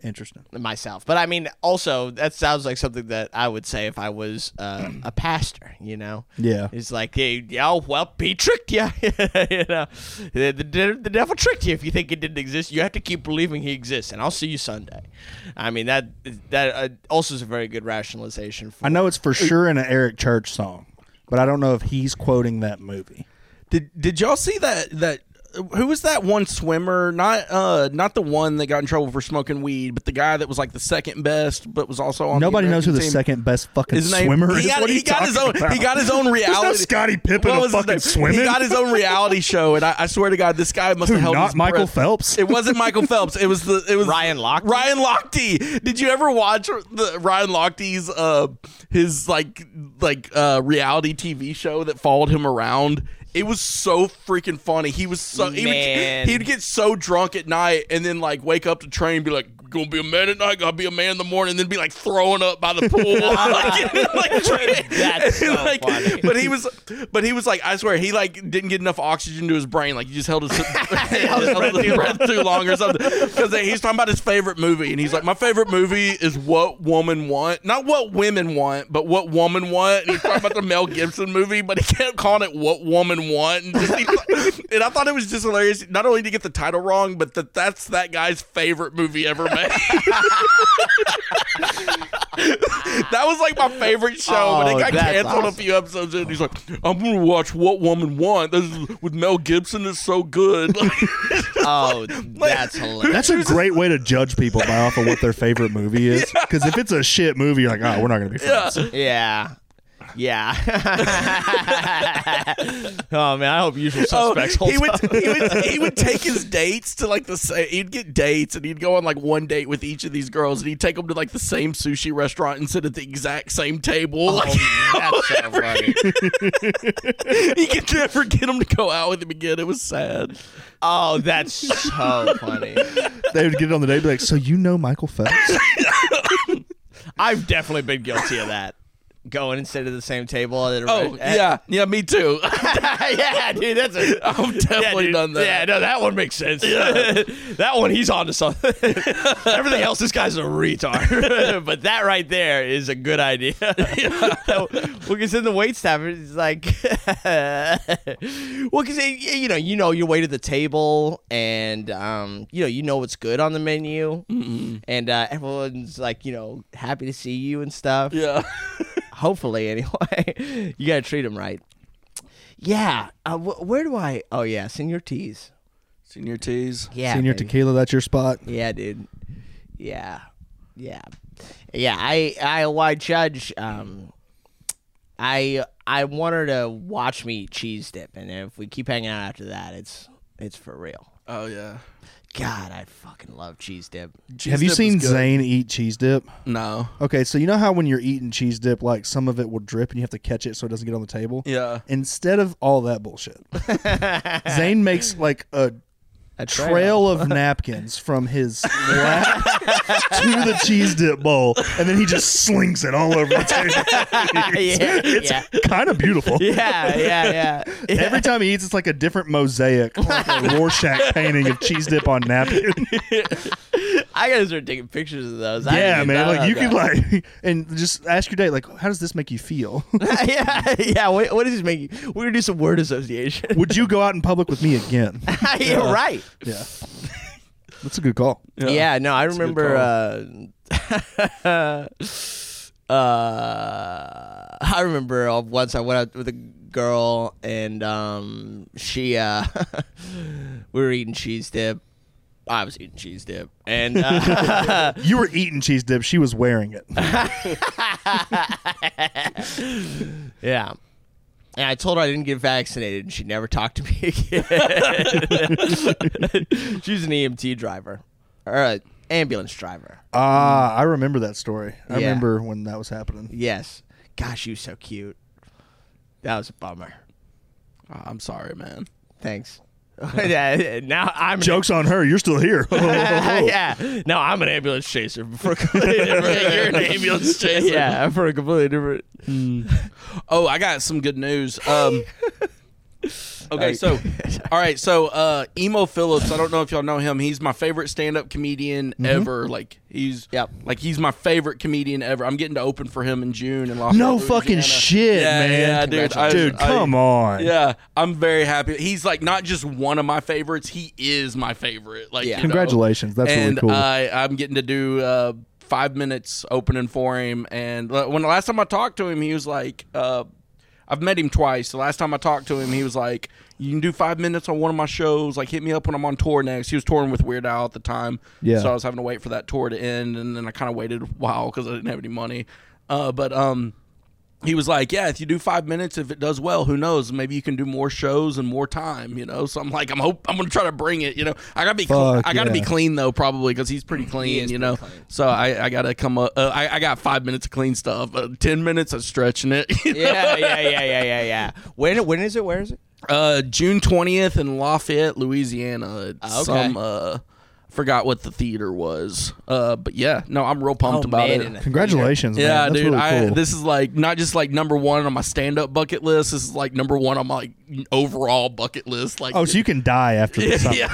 Speaker 3: Interesting.
Speaker 2: myself. But I mean, also that sounds like something that I would say if I was uh, a pastor. You know,
Speaker 3: Yeah.
Speaker 2: it's like, hey, yo, well, he tricked you. you know, the, the, de- the devil tricked you. If you think it didn't exist, you have to keep believing he exists, and I'll see you Sunday. I mean, that that uh, also is a very good rationalization. For
Speaker 3: I know it's for sure in an Eric Church song, but I don't know if he's quoting that movie.
Speaker 4: Did Did y'all see that that who was that one swimmer? Not uh not the one that got in trouble for smoking weed, but the guy that was like the second best, but was also on.
Speaker 3: Nobody
Speaker 4: the
Speaker 3: knows who the
Speaker 4: American team.
Speaker 3: second best fucking
Speaker 4: His name,
Speaker 3: swimmer
Speaker 4: he
Speaker 3: is.
Speaker 4: Got,
Speaker 3: what are
Speaker 4: he
Speaker 3: you
Speaker 4: got his
Speaker 3: talking
Speaker 4: own.
Speaker 3: about?
Speaker 4: He got his own reality.
Speaker 3: Scottie Pippen
Speaker 4: What
Speaker 3: of
Speaker 4: was his
Speaker 3: fucking
Speaker 4: name? He
Speaker 3: swimming?
Speaker 4: got his own reality show, and I, I swear to God, this guy must
Speaker 3: Who,
Speaker 4: have held
Speaker 3: not
Speaker 4: his
Speaker 3: Michael
Speaker 4: breath.
Speaker 3: Phelps?
Speaker 4: It wasn't Michael Phelps. It was the it was
Speaker 2: Ryan Lochte?
Speaker 4: Ryan Lochte. Did you ever watch the Ryan Lochte's uh his like like uh reality TV show that followed him around? It was so freaking funny. He was so he would,
Speaker 2: Man.
Speaker 4: he'd get so drunk at night and then like wake up to train and be like gonna be a man at night, gotta be a man in the morning, and then be like throwing up by the pool. like, like, train-
Speaker 2: That's so
Speaker 4: like,
Speaker 2: funny.
Speaker 4: But he was but he was like I swear he like didn't get enough oxygen to his brain. Like he just held his, held his breath too long or something. Because he's talking about his favorite movie and he's like my favorite movie is What Woman Want, not What Women Want, but What Woman Want. And he's talking about the Mel Gibson movie, but he kept calling it What Woman Want. And, just, he- and I thought it was just hilarious. Not only to get the title wrong, but that that's that guy's favorite movie ever made. That was like my favorite show, but
Speaker 2: Oh,
Speaker 4: it got
Speaker 2: that's
Speaker 4: canceled a
Speaker 2: awesome.
Speaker 4: few episodes in. He's like, I'm gonna watch What Woman Want. This is, with Mel Gibson is so good. Like,
Speaker 2: oh, that's hilarious.
Speaker 3: That's a great way to judge people by off of what their favorite movie is. Because if it's a shit movie, you're like, oh, we're not going to be friends.
Speaker 2: Yeah. Yeah. oh man, I hope usual
Speaker 4: oh,
Speaker 2: suspects
Speaker 4: he
Speaker 2: holds
Speaker 4: would
Speaker 2: up.
Speaker 4: he would he would take his dates to like the same. He'd get dates and he'd go on like one date with each of these girls and he'd take them to like the same sushi restaurant and sit at the exact same table. like,
Speaker 2: Oh, That's so funny.
Speaker 4: he could never get them to go out with him again. It was sad.
Speaker 2: Oh, that's so funny.
Speaker 3: They would get on the day and be like, so you know Michael Phelps?
Speaker 2: I've definitely been guilty of that. Going and sitting at the same table. At a,
Speaker 4: Oh
Speaker 2: at-
Speaker 4: yeah, yeah, me too.
Speaker 2: yeah, dude. That's a,
Speaker 4: I've definitely
Speaker 2: dude.
Speaker 4: done that.
Speaker 2: Yeah, no, that one makes sense. that one, he's on to something. Everything else, this guy's a retard. but that right there is a good idea. so, well, because in the wait staff, it's like, well, because you know, you know your way to the table, and um, you know, you know what's good on the menu, and uh, everyone's like, you know, happy to see you and stuff
Speaker 4: yeah.
Speaker 2: hopefully anyway you gotta treat them right yeah uh, wh- where do i oh yeah senior tees
Speaker 4: Senior tees.
Speaker 2: yeah
Speaker 3: Senior
Speaker 2: baby.
Speaker 3: tequila, that's your spot.
Speaker 2: yeah dude yeah yeah yeah i i why judge um i i want her to watch me eat cheese dip and if we keep hanging out after that it's it's for real
Speaker 4: Oh yeah.
Speaker 2: god i fucking love cheese dip
Speaker 3: Have you
Speaker 4: dip is
Speaker 3: seen
Speaker 4: good.
Speaker 3: Zane eat cheese dip?
Speaker 2: Mm-hmm.
Speaker 4: No.
Speaker 3: Okay, so you know how when you're eating cheese dip, like some of it will drip and you have to catch it so it doesn't get on the table?
Speaker 4: Yeah.
Speaker 3: Instead of all that bullshit, Zane makes like a
Speaker 2: a
Speaker 3: trail of napkins from his lap to the cheese dip bowl, and then he just slings it all over the table.
Speaker 2: yeah, yeah.
Speaker 3: kind of beautiful.
Speaker 2: yeah yeah yeah
Speaker 3: Every time he eats, it's like a different mosaic, like a Rorschach painting of cheese dip on napkin.
Speaker 2: i gotta start taking pictures of those I
Speaker 3: yeah,
Speaker 2: didn't know
Speaker 3: man. Like you
Speaker 2: that.
Speaker 3: could like, and just ask your date, like, how does this make you feel?
Speaker 2: yeah, yeah. What, what does this make you? We're gonna do some word association.
Speaker 3: Would you go out in public with me again?
Speaker 2: You're right.
Speaker 3: Yeah, that's a good call.
Speaker 2: Yeah. no, I remember. Uh, uh, I remember uh, once I went out with a girl and um, she uh, we were eating cheese dip. I was eating cheese dip, and uh,
Speaker 3: You were eating cheese dip; she was wearing it.
Speaker 2: yeah. And I told her I didn't get vaccinated, and she never talked to me again. She's an EMT driver, or an ambulance driver.
Speaker 3: Ah, I remember that story. I
Speaker 2: Yeah.
Speaker 3: remember when that was happening.
Speaker 2: Yes. Gosh, you so cute. That was a bummer.
Speaker 4: Oh, I'm sorry, man.
Speaker 2: Thanks. yeah, now I'm
Speaker 3: Jokes on her. You're still here. Oh,
Speaker 2: yeah. Now I'm an ambulance chaser for a completely different.
Speaker 4: You're an ambulance chaser.
Speaker 2: Yeah, for a completely different.
Speaker 4: Oh, I got some good news. Um, okay, so all right, so uh, Emo Phillips. I don't know if y'all know him. He's my favorite stand-up comedian ever. Like he's
Speaker 2: Yep.
Speaker 4: like he's my favorite comedian ever. I'm getting to open for him in June in Los.
Speaker 3: No
Speaker 4: Angeles,
Speaker 3: fucking
Speaker 4: Louisiana.
Speaker 3: shit,
Speaker 4: Yeah,
Speaker 3: man.
Speaker 4: yeah, dude. I-
Speaker 3: Dude,
Speaker 4: I-
Speaker 3: come on.
Speaker 4: Yeah, I'm very happy. He's like not just one of my favorites. He is my favorite. Like,
Speaker 2: Yeah.
Speaker 4: you know?
Speaker 3: Congratulations. That's
Speaker 4: and uh,
Speaker 3: really cool.
Speaker 4: I, I'm getting to do uh, five minutes opening for him. And l- when the last time I talked to him, he was like, uh, I've met him twice. The last time I talked to him, he was like, "You can do five minutes on one of my shows. Like, hit me up when I'm on tour next." He was touring with Weird Al at the time,
Speaker 3: Yeah.
Speaker 4: So I was having to wait for that tour to end, and then I kind of waited a while because I didn't have any money. Uh, but um, he was like, "Yeah, if you do five minutes, if it does well, who knows? Maybe you can do more shows and more time, you know." So I'm like, "I'm hope I'm gonna try to bring it, you know. I gotta be clean.
Speaker 3: Fuck,
Speaker 4: I gotta be
Speaker 3: yeah.
Speaker 4: clean though, probably because he's pretty clean, you know. So I, I gotta come up. Uh, I, I got five minutes of clean stuff. Uh, Ten minutes of stretching it. you know?
Speaker 2: Yeah, yeah, yeah, yeah, yeah, yeah. When when is it? Where is it?
Speaker 4: Uh, June twentieth in Lafayette, Louisiana. It's
Speaker 2: Ah, Okay.
Speaker 4: Some uh, forgot what the theater was. Uh, but yeah, no, I'm real pumped about
Speaker 2: Oh, man,
Speaker 4: it.
Speaker 2: in a-
Speaker 3: Congratulations, man.
Speaker 4: Yeah,
Speaker 3: That's
Speaker 4: dude.
Speaker 3: really
Speaker 4: I,
Speaker 3: cool.
Speaker 4: this is like not just like number one on my stand up bucket list. This is like number one on my overall bucket list. Like,
Speaker 3: oh, so you can die after this.
Speaker 4: yeah,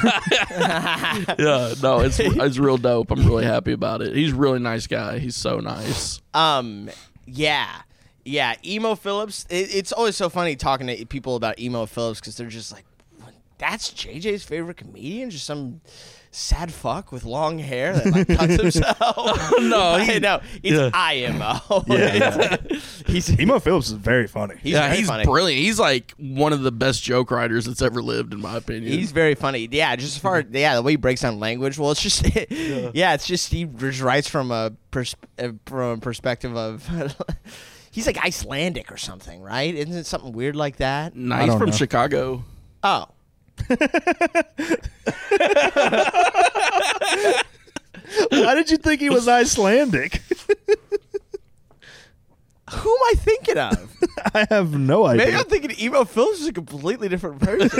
Speaker 4: yeah. No, it's it's real dope. I'm really happy about it. He's a really nice guy. He's so nice.
Speaker 2: Um, yeah, yeah. Emo Phillips. It, it's always so funny talking to people about Emo Phillips because they're just like, that's JJ's favorite comedian, just some sad fuck with long hair that like, cuts himself. no, I know it's IMO.
Speaker 3: Yeah.
Speaker 2: he's
Speaker 3: Emo Phillips is very funny.
Speaker 2: he's
Speaker 4: yeah,
Speaker 2: very
Speaker 4: he's
Speaker 2: funny.
Speaker 4: brilliant. He's like one of the best joke writers that's ever lived, in my opinion.
Speaker 2: He's very funny. Yeah, just as far yeah, the way he breaks down language. Well, it's just yeah, it's just he just writes from a pers- uh, from a perspective of he's like Icelandic or something, right? Isn't it something weird like that?
Speaker 4: nice
Speaker 3: I don't
Speaker 4: from
Speaker 3: know.
Speaker 4: Chicago.
Speaker 2: Oh.
Speaker 3: Why did you think he was Icelandic?
Speaker 2: Who am I thinking of?
Speaker 3: I have no
Speaker 2: Maybe
Speaker 3: idea.
Speaker 2: I'm thinking Emo Phillips is a completely different person.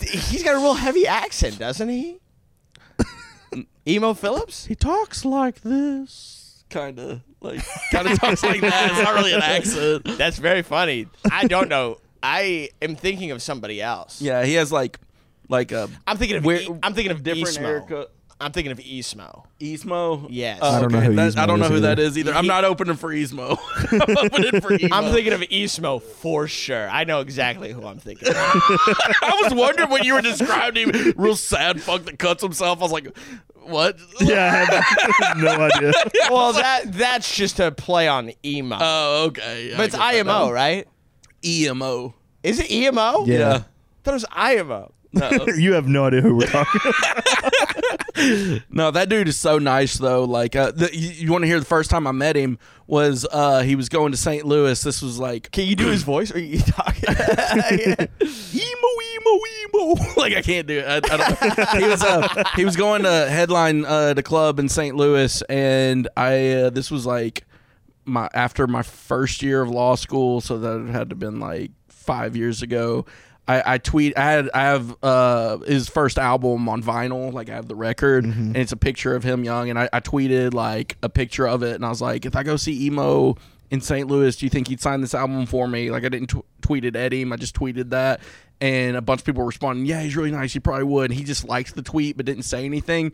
Speaker 2: he's got a real heavy accent, doesn't he? Emo Phillips?
Speaker 3: He talks like this.
Speaker 4: kind of like kind of talks like that. It's not really an accent.
Speaker 2: That's very funny. I don't know. I am thinking of somebody else.
Speaker 4: Yeah, he has like like a
Speaker 2: I'm thinking of
Speaker 4: Where-
Speaker 2: e- I'm thinking of
Speaker 4: different
Speaker 2: Esmo.
Speaker 4: haircut.
Speaker 2: I'm thinking of Esmo.
Speaker 4: Esmo.
Speaker 2: Yes.
Speaker 4: Oh,
Speaker 2: I
Speaker 3: don't know who
Speaker 4: That- I
Speaker 3: Esmo
Speaker 4: don't know
Speaker 3: is
Speaker 4: who that
Speaker 3: either.
Speaker 4: is either. I'm not opening for Esmo. I'm opening for Emo.
Speaker 2: I'm thinking of Esmo for sure. I know exactly who I'm thinking of.
Speaker 4: I was wondering when you were describing him, real sad fuck that cuts himself. I was like, what?
Speaker 3: Yeah, I have no idea.
Speaker 2: well, that that's just a play on emo.
Speaker 4: Oh, okay.
Speaker 2: but it's IMO, right?
Speaker 4: EMO.
Speaker 2: Is it EMO?
Speaker 3: Yeah.
Speaker 4: Yeah.
Speaker 2: I thought it was IMO.
Speaker 4: No.
Speaker 3: You have no idea who we're talking about.
Speaker 4: No, that dude is so nice though. Like, uh, the, you, you want to hear the first time I met him was uh, he was going to St. Louis. This was like
Speaker 2: Can you do his voice? Or are you talking?
Speaker 4: emo, emo, emo. like I can't do it. I, I don't know. he was uh, he was going to headline uh, the club in St. Louis, and I uh, this was like my after my first year of law school, so that it had to been like five years ago. I, I tweet I had I have uh his first album on vinyl, like I have the record and it's a picture of him young and I, I tweeted like a picture of it and I was like, if I go see emo in St. Louis, do you think he'd sign this album for me? Like I didn't tw- tweet it at him, I just tweeted that and a bunch of people were responding, Yeah, he's really nice, he probably would. And he just liked the tweet but didn't say anything.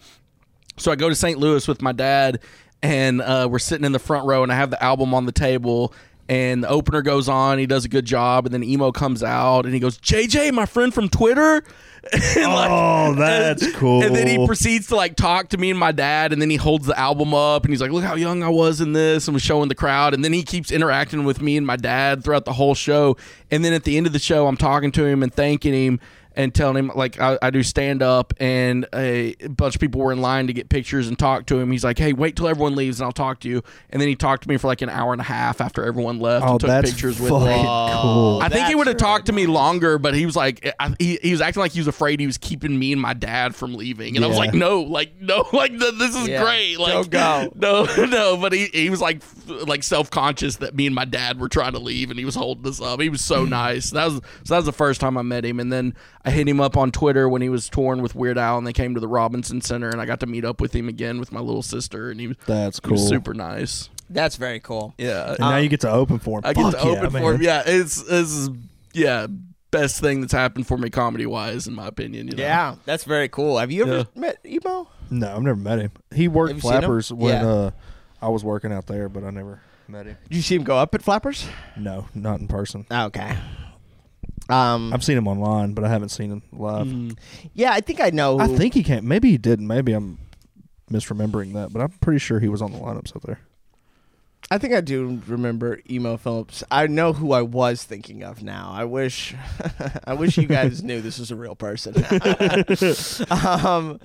Speaker 4: So I go to St. Louis with my dad, and uh, we're sitting in the front row, and I have the album on the table. And the opener goes on, he does a good job, and then emo comes out, and he goes, "JJ, my friend from Twitter." and like,
Speaker 3: Oh, that's cool.
Speaker 4: and then he proceeds to like talk to me and my dad, and then he holds the album up and he's like, "Look how young I was in this," and was showing the crowd. And then he keeps interacting with me and my dad throughout the whole show. And then at the end of the show, I'm talking to him and thanking him and telling him like I, I do stand up, and a bunch of people were in line to get pictures and talk to him. He's like, "Hey, wait till everyone leaves, and I'll talk to you." And then he talked to me for like an hour and a half after everyone left
Speaker 3: oh,
Speaker 4: and took
Speaker 3: that's
Speaker 4: pictures with
Speaker 3: fucking
Speaker 4: me.
Speaker 3: cool.
Speaker 4: I think he would have talked to me longer, but he was like, I, he, he was acting like he was afraid he was keeping me and my dad from leaving, and I was
Speaker 3: Yeah.
Speaker 4: like, no, like no, like th- this is
Speaker 2: Yeah.
Speaker 4: great,
Speaker 2: Don't
Speaker 4: like
Speaker 2: go.
Speaker 4: no, no. But he, he was like f- like self conscious that me and my dad were trying to leave, and he was holding us up. He was so nice. That was so that was the first time I met him, and then I hit him up on Twitter when he was touring with Weird Al, and they came to the Robinson Center, and I got to meet up with him again with my little sister, and he was
Speaker 3: That's
Speaker 4: he was
Speaker 3: cool.
Speaker 4: super nice.
Speaker 2: That's very cool.
Speaker 4: Yeah,
Speaker 3: And now you get to open for him.
Speaker 4: I get
Speaker 3: Fuck
Speaker 4: to
Speaker 3: yeah,
Speaker 4: open
Speaker 3: man.
Speaker 4: for him. Yeah, it's this is yeah best thing that's happened for me comedy wise, in my opinion. You know?
Speaker 2: Yeah, that's very cool. Have you ever met E emo?
Speaker 3: No, I've never met him. He worked
Speaker 2: Have you seen him?
Speaker 3: flappers when
Speaker 2: Yeah.
Speaker 3: uh, I was working out there, but I never met him.
Speaker 2: Did you see him go up at Flappers?
Speaker 3: No, not in person.
Speaker 2: Oh, Okay. Um.
Speaker 3: I've seen him online, but I haven't seen him live.
Speaker 4: Mm,
Speaker 2: yeah, I think I know.
Speaker 3: I
Speaker 2: who-
Speaker 3: think he came. Maybe he didn't. Maybe I'm misremembering that, but I'm pretty sure he was on the lineups up there.
Speaker 2: I think I do remember Emo Phillips. I know who I was thinking of now. I wish I wish you guys knew this was a real person. um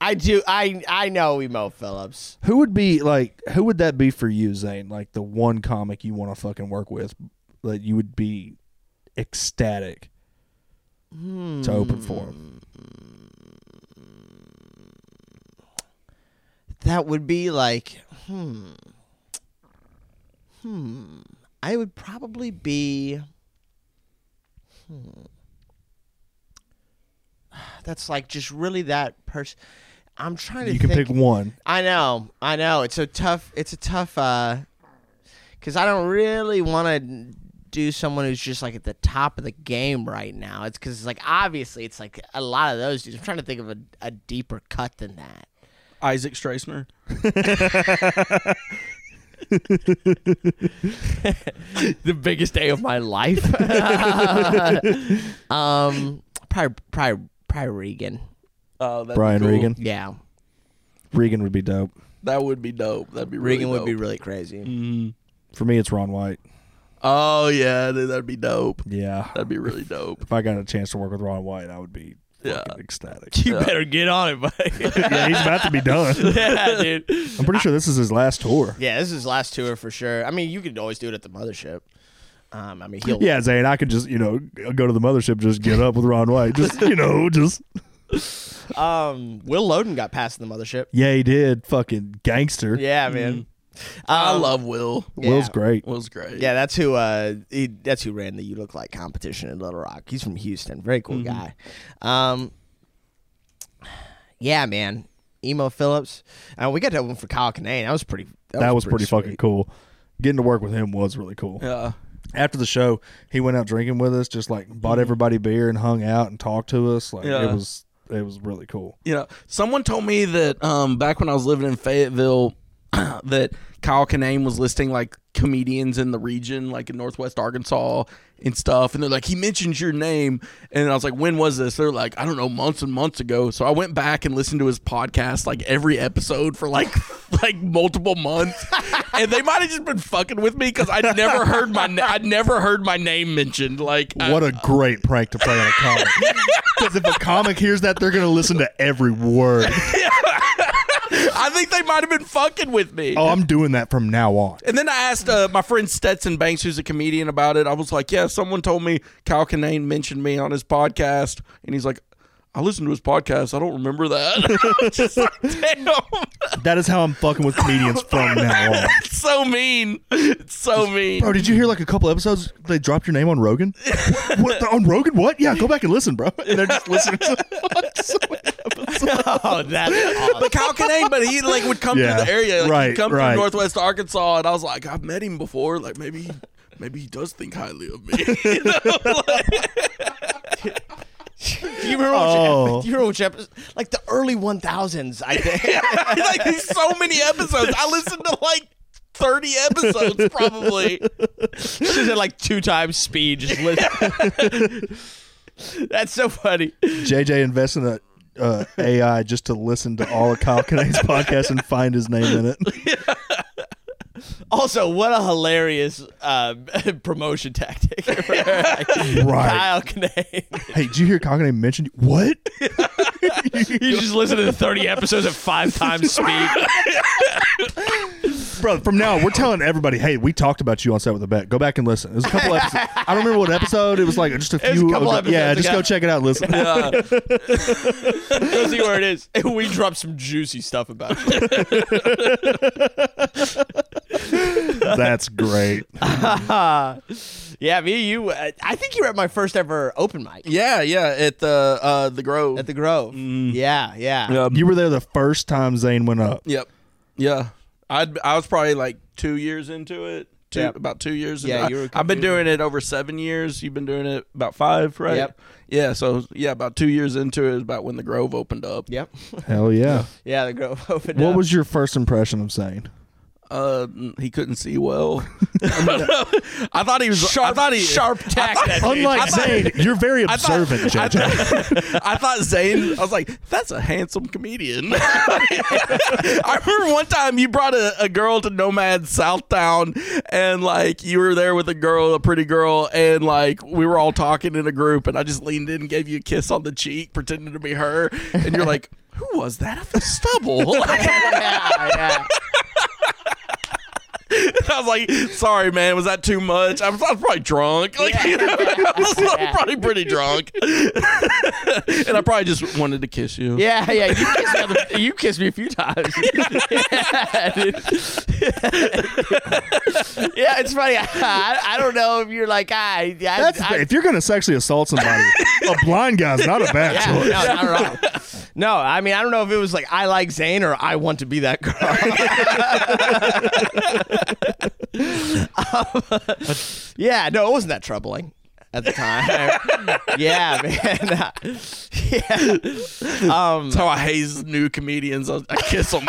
Speaker 2: I do I I know Emo Phillips.
Speaker 3: Who would be like? Who would that be for you, Zane? Like the one comic you want to fucking work with that you would be ecstatic to open for him.
Speaker 2: That would be like hmm. Hmm. I would probably be hmm. That's like just really that person. I'm trying to
Speaker 3: You can
Speaker 2: think
Speaker 3: pick one.
Speaker 2: I know, I know. It's a tough. It's a tough. uh 'cause I don't really want to do someone who's just like at the top of the game right now. It's because it's like obviously it's like a lot of those dudes. I'm trying to think of a, a deeper cut than that.
Speaker 4: Isaac Streisner.
Speaker 2: The biggest day of my life. um, probably, probably, probably Regan.
Speaker 4: Oh, that'd be
Speaker 3: Brian
Speaker 4: cool.
Speaker 3: Regan.
Speaker 2: Yeah,
Speaker 3: Regan would be dope.
Speaker 4: That would be dope. That'd be
Speaker 2: Regan
Speaker 4: really
Speaker 2: would be
Speaker 4: dope.
Speaker 2: really crazy.
Speaker 3: For me, it's Ron White.
Speaker 4: Oh yeah, dude, that'd be dope.
Speaker 3: Yeah.
Speaker 4: That'd be really dope.
Speaker 3: If I got a chance to work with Ron White, I would be
Speaker 4: Yeah.
Speaker 3: fucking ecstatic.
Speaker 2: You better get on it, buddy.
Speaker 3: yeah, he's about to be done.
Speaker 2: yeah, dude.
Speaker 3: I'm pretty sure this is his last tour.
Speaker 2: Yeah, this is his last tour for sure. I mean, you could always do it at the mothership. Um, I mean, he'll.
Speaker 3: Yeah, Zane, I could just, you know, go to the mothership, just get up with Ron White. Just, you know, just.
Speaker 2: Um, Will Loden got past in the mothership.
Speaker 3: Yeah, he did. Fucking gangster.
Speaker 2: Yeah, man.
Speaker 4: I
Speaker 2: Um,
Speaker 4: love Will.
Speaker 3: Will's
Speaker 2: yeah.
Speaker 3: great.
Speaker 4: Will's great.
Speaker 2: Yeah, that's who. Uh, he, that's who ran the "You Look Like" competition in Little Rock.
Speaker 4: Mm-hmm.
Speaker 2: He's from Houston. Very cool guy. Um, yeah, man. Emo Phillips. Uh, we got that one for Kyle Kinane. That was pretty. That,
Speaker 3: That was pretty,
Speaker 2: sweet.
Speaker 3: fucking cool. Getting to work with him was really cool.
Speaker 4: Yeah.
Speaker 3: After the show, he went out drinking with us, just like bought everybody beer and hung out and talked to us. Like
Speaker 4: Yeah.
Speaker 3: it was it was really cool.
Speaker 4: you know, someone told me that um, back when I was living in Fayetteville, that Kyle Kinane was listing like comedians in the region, like in Northwest Arkansas and stuff. And they're like, he mentions your name. And I was like, when was this? They're like, I don't know, months and months ago. So I went back and listened to his podcast, like every episode for like like multiple months. and they might have just been fucking with me because I never heard my na- I never heard my name mentioned. Like I-
Speaker 3: What a great prank to play on a comic. Because if a comic hears that, they're gonna listen to every word.
Speaker 4: I think they might have been fucking with me.
Speaker 3: Oh, I'm doing that from now on.
Speaker 4: And then I asked uh, my friend Stetson Banks, who's a comedian, about it. I was like, "Yeah, someone told me Kyle Kinane mentioned me on his podcast," and he's like, "I listened to his podcast. I don't remember that." I was just like, "Damn,
Speaker 3: That is how I'm fucking with comedians from now on.
Speaker 4: it's so mean. It's so mean."
Speaker 3: Bro, did you hear like a couple episodes they dropped your name on Rogan? what, what- on Rogan? What? Yeah, go back and listen, bro. And they're just listening to
Speaker 2: Oh, that's awesome.
Speaker 4: But Kyle Kinane, but he like would come
Speaker 3: Yeah,
Speaker 4: through the area, like,
Speaker 3: right,
Speaker 4: he'd come
Speaker 3: right.
Speaker 4: from Northwest Arkansas, and I was like, "I've met him before. Like maybe." he- Maybe he does think highly of me. You know, like-
Speaker 2: Do you remember? Oh.
Speaker 3: Oh.
Speaker 2: Which, do you remember which episode? Like the early 1000s, I think.
Speaker 4: like there's so many episodes. I listened to like 30 episodes probably.
Speaker 2: She's at like two times speed. Just listen. that's so funny.
Speaker 3: JJ invests in a uh, AI just to listen to all of Kyle Kinane's podcasts and find his name in it.
Speaker 2: Also, what a hilarious uh, promotion tactic. Like, Kyle Kinane.
Speaker 3: Hey, did you hear Kyle Kinane mention you? What?
Speaker 5: You just listen to the 30 episodes at five times speed.
Speaker 3: Bro, from now on, we're telling everybody, hey, we talked about you on set with the bet. Go back and listen. It was a couple episodes. I don't remember what episode. It was like just a few.
Speaker 2: was a couple
Speaker 3: ago. yeah,
Speaker 2: episodes
Speaker 3: just
Speaker 2: ago.
Speaker 3: go check it out. and Listen.
Speaker 2: Go see where it is. We dropped some juicy stuff about you.
Speaker 3: That's great.
Speaker 2: yeah, me, you. uh, I think you were at my first ever open mic
Speaker 4: Yeah, yeah, at the uh the Grove.
Speaker 2: at the Grove.
Speaker 5: Mm.
Speaker 2: Yeah, yeah.
Speaker 3: You were there the first time Zane went up.
Speaker 4: yep. Yeah. I I was probably like 2 years into it. Two,
Speaker 2: Yep.
Speaker 4: about 2 years
Speaker 2: Yeah,
Speaker 4: into
Speaker 2: you were
Speaker 4: I, I've been
Speaker 2: confusing.
Speaker 4: doing it over 7 years. You've been doing it about 5, right?
Speaker 2: Yep.
Speaker 4: Yeah, so yeah, about 2 years into it is about when the Grove opened up.
Speaker 2: Yep.
Speaker 3: Hell yeah.
Speaker 2: Yeah, the Grove opened
Speaker 3: What
Speaker 2: up.
Speaker 3: was your first impression of Zane?
Speaker 4: Uh he couldn't see well. I thought he was I thought he
Speaker 5: sharp tack. that dude.
Speaker 3: Unlike Zane, you're very
Speaker 4: I thought-
Speaker 3: observant,
Speaker 4: I
Speaker 3: JJ.
Speaker 4: thought- I thought Zane. I was like, that's a handsome comedian. I remember one time you brought a, a girl to Nomad Southtown, and like you were there with a girl, a pretty girl, and like we were all talking in a group, and I just leaned in and gave you a kiss on the cheek, pretending to be her, and you're like. Who was that? I feel stubble.
Speaker 2: yeah, yeah.
Speaker 4: I was like, sorry, man, was that too much? I was, I was probably drunk. Like, you know, I was probably pretty drunk. and I probably just wanted to kiss you.
Speaker 2: Yeah, yeah. You kissed me, on the- you kissed me a few times. yeah, dude. Yeah, it's funny. I, I, I don't know if you're like ah, I. I
Speaker 3: That's the
Speaker 2: I,
Speaker 3: thing. if you're gonna sexually assault somebody, a blind guy's not a bad
Speaker 2: yeah,
Speaker 3: choice.
Speaker 2: no, not at all. No, I mean I don't know if it was like I like Zayn or I want to be that girl. Um, yeah, no, it wasn't that troubling at the time. yeah, man. yeah. Um,
Speaker 4: That's how I haze new comedians. I, I kiss them.
Speaker 2: oh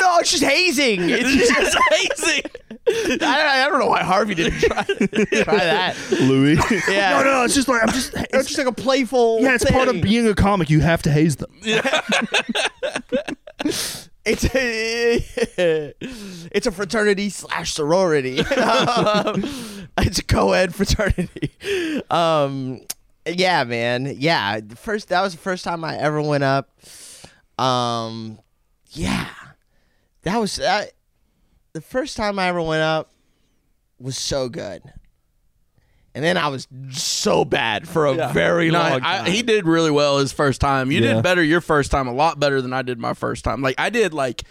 Speaker 2: no, it's just hazing. It's
Speaker 4: it's just hazing.
Speaker 2: I don't, I don't know why Harvey didn't try, try that.
Speaker 3: Louis.
Speaker 2: Yeah.
Speaker 3: No, no, it's just like I'm just.
Speaker 2: It's just like a playful.
Speaker 3: Yeah, it's part of
Speaker 2: thing.
Speaker 3: being a comic. You have to haze them.
Speaker 2: It's a, it's a fraternity slash sorority. Um, it's a co-ed fraternity. Um, yeah, man. Yeah, the first that was the first time I ever went up. Um, yeah, that was that, the first time I ever went up was so good. And then I was so bad for a very
Speaker 4: No,
Speaker 2: long
Speaker 4: I-
Speaker 2: time.
Speaker 4: he did really well his first time. You
Speaker 3: Yeah.
Speaker 4: did better your first time, a lot better than I did my first time. Like I did like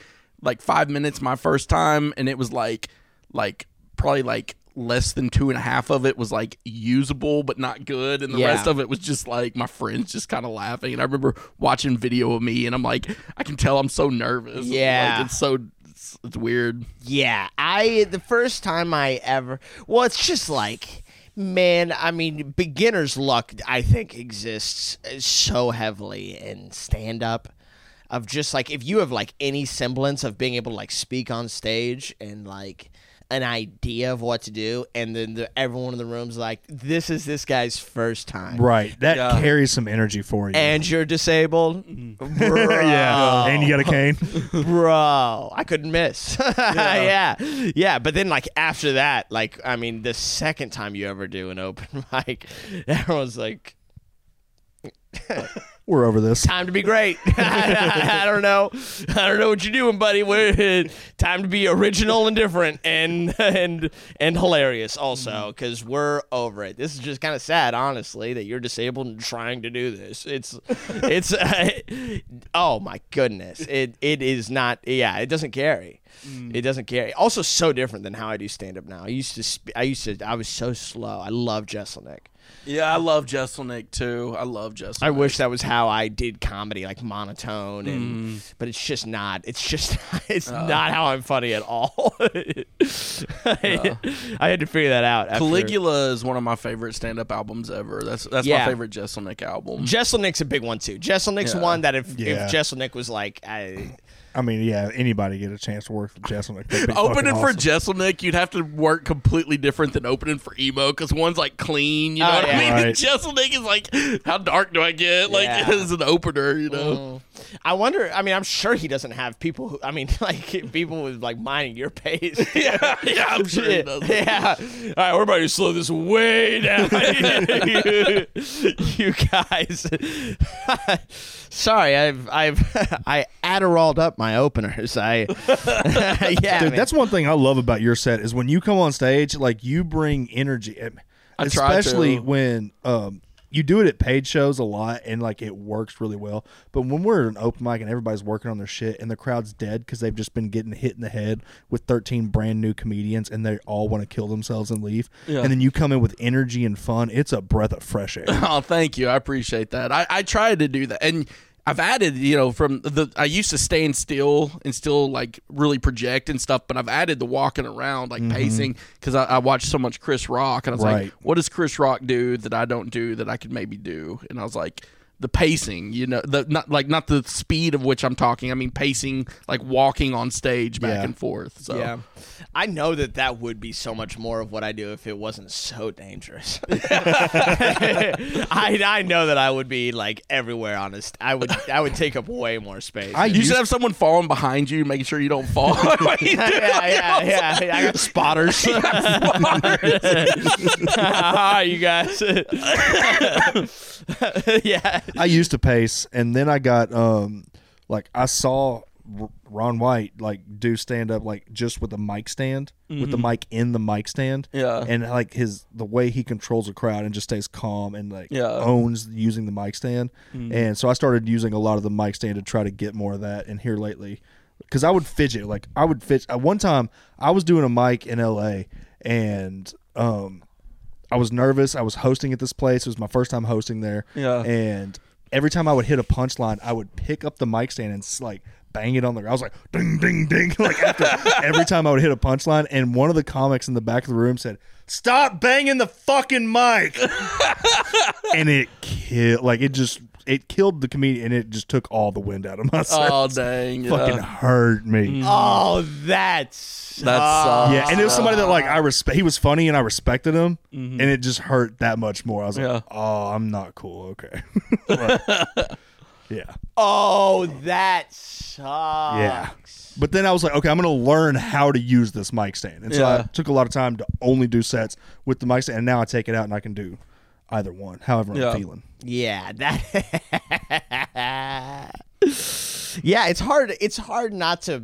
Speaker 4: like five minutes my first time, and it was like like probably like less than two and a half of it was like usable but not good, and the
Speaker 2: Yeah.
Speaker 4: rest of it was just like my friends just kind of laughing. And I remember watching video of me, and I'm like, I can tell I'm so nervous.
Speaker 2: Yeah.
Speaker 4: like, it's so it's, it's weird.
Speaker 2: Yeah, I the first time I ever well, it's just like man, I mean, beginner's luck I think exists uh, so heavily in stand up of just like if you have like any semblance of being able to like speak on stage and like an idea of what to do and then the, everyone in the room's like this is this guy's first time.
Speaker 3: Right. That
Speaker 4: Yeah.
Speaker 3: carries some energy for you.
Speaker 2: And uh, you're disabled, Bruh.
Speaker 3: Mm-hmm. yeah. And you got a cane.
Speaker 2: bro i couldn't miss yeah. yeah but then like after that like i mean the second time you ever do an open mic everyone's like
Speaker 3: We're over this.
Speaker 2: time to be great I, don't know i don't know what you're doing buddy We're, time to be original and different and and and hilarious also because we're over it this is just kind of sad honestly that you're disabled and trying to do this it's it's uh, oh my goodness it it is not yeah it doesn't carry it doesn't carry also so different than how i do stand up now i used to sp- i used to i was so slow i love jesselnick
Speaker 4: Yeah, I love Jesselnick too. I love Jesselnick.
Speaker 2: I wish that was how I did comedy, like monotone, and
Speaker 4: Mm.
Speaker 2: but it's just not. It's just it's
Speaker 4: Uh.
Speaker 2: not how I'm funny at all. I, I had to figure that out. After.
Speaker 4: Caligula is one of my favorite stand-up albums ever. That's that's
Speaker 2: Yeah.
Speaker 4: my favorite Jesselnick album.
Speaker 2: Jesselnick's a big one too. Jesselnick's
Speaker 4: Yeah.
Speaker 2: one that if,
Speaker 3: Yeah.
Speaker 2: if Jesselnick was like, I,
Speaker 3: I mean, yeah, anybody get a chance to work with Jesselnick. that'd be
Speaker 4: Opening
Speaker 3: fucking
Speaker 4: for
Speaker 3: awesome.
Speaker 4: Jesselnick, you'd have to work completely different than opening for emo because one's like clean, you know
Speaker 2: Oh,
Speaker 4: what I
Speaker 2: yeah.
Speaker 4: mean?
Speaker 3: Right.
Speaker 4: Jesselnick is like, how dark do I get? Like
Speaker 2: Yeah. Oh.
Speaker 4: as an opener, you know?
Speaker 2: I wonder. I mean, I'm sure he doesn't have people. who I mean, like people with like minding your pace.
Speaker 4: yeah, yeah, I'm sure he
Speaker 2: Yeah.
Speaker 4: does.
Speaker 2: Yeah. All right, we're about to slow this way down. you guys. Sorry, I've I've I Adderalled up my openers. I yeah.
Speaker 3: Dude,
Speaker 2: man.
Speaker 3: that's one thing I love about your set is when you come on stage, like you bring energy. I
Speaker 4: I try to.
Speaker 3: especially when um, you do it at paid shows a lot, and like it works really well. But when we're at an open mic and everybody's working on their shit, and the crowd's dead because they've just been getting hit in the head with thirteen brand new comedians, and they all want to kill themselves and leave. And then you come in with energy and fun. It's a breath of fresh air.
Speaker 4: Oh, thank you. I appreciate that. I, I tried to do that. And I've added, you know, from the, I used to stand still and still like really project and stuff, but I've added the walking around, like pacing, because I, I watched so much Chris Rock and I was
Speaker 3: Mm-hmm. Right.
Speaker 4: like, what does Chris Rock do that I don't do that I could maybe do? And I was like, the pacing, you know, the not like not the speed of which I'm talking. I mean, pacing, like walking on stage back
Speaker 3: Yeah.
Speaker 4: and forth. So
Speaker 2: yeah. I know that that would be so much more of what I do if it wasn't so dangerous. I I know that I would be like everywhere honest. I would I would take up way more space.
Speaker 3: I
Speaker 4: you
Speaker 3: used
Speaker 4: should have someone falling behind you, making sure you don't fall. What do you do?
Speaker 2: yeah, yeah, yeah, yeah. I got spotters. Hi, you guys. yeah.
Speaker 3: I used to pace, and then I got um, like I saw R- Ron White like do stand up like just with a mic stand, with the mic in the mic stand,
Speaker 4: Mm-hmm. Yeah.
Speaker 3: and like his the way he controls a crowd and just stays calm and like
Speaker 4: Yeah. Mm-hmm.
Speaker 3: owns using the mic stand, and so I started using a lot of the mic stand to try to get more of that in here lately, because I would fidget like I would fidget. At one time, I was doing a mic in L.A. and um. I was nervous. I was hosting at this place. It was my first time hosting there.
Speaker 4: Yeah.
Speaker 3: And every time I would hit a punchline, I would pick up the mic stand and s- like bang it on the. I was like ding ding ding. Like after every time I would hit a punchline, and one of the comics in the back of the room said, "Stop banging the fucking mic," and it killed. Like it just it killed the comedian, and it just took all the wind out of my set.
Speaker 4: Oh dang! yeah. Mm.
Speaker 3: fucking hurt me.
Speaker 2: Oh, that's
Speaker 4: That
Speaker 3: Ah.
Speaker 4: sucks.
Speaker 3: Yeah, and it was somebody that like I respect. He was funny, and I respected him, and it just hurt that much more. I was like,
Speaker 4: Yeah.
Speaker 3: "Oh, I'm not cool." Okay. Like, yeah,
Speaker 2: Oh, uh, that sucks.
Speaker 3: yeah. But then I was like, "Okay, I'm gonna learn how to use this mic stand," and so I
Speaker 4: Yeah.
Speaker 3: took a lot of time to only do sets with the mic stand. And now I take it out and I can do either one, however
Speaker 4: Yeah.
Speaker 3: I'm feeling.
Speaker 2: Yeah, that. yeah, it's hard. It's hard not to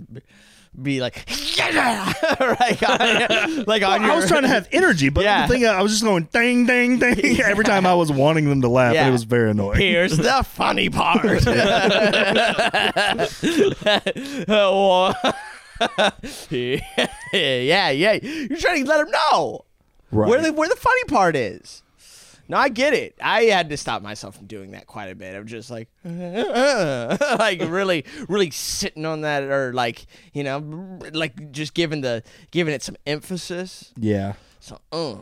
Speaker 2: be like, right? on- like on your.
Speaker 3: I was trying to have energy, but
Speaker 2: Yeah.
Speaker 3: the thing I was just going ding, ding, ding every time I was wanting them to laugh,
Speaker 2: Yeah.
Speaker 3: and it was very annoying.
Speaker 2: Here's the funny part. yeah, yeah. You're trying to let him know. Where
Speaker 3: Right.
Speaker 2: the where the funny part is. No, I get it. I had to stop myself from doing that quite a bit. I'm just like, like really, really sitting on that, or like, you know, like just giving the giving it some emphasis.
Speaker 3: Yeah.
Speaker 2: So, uh,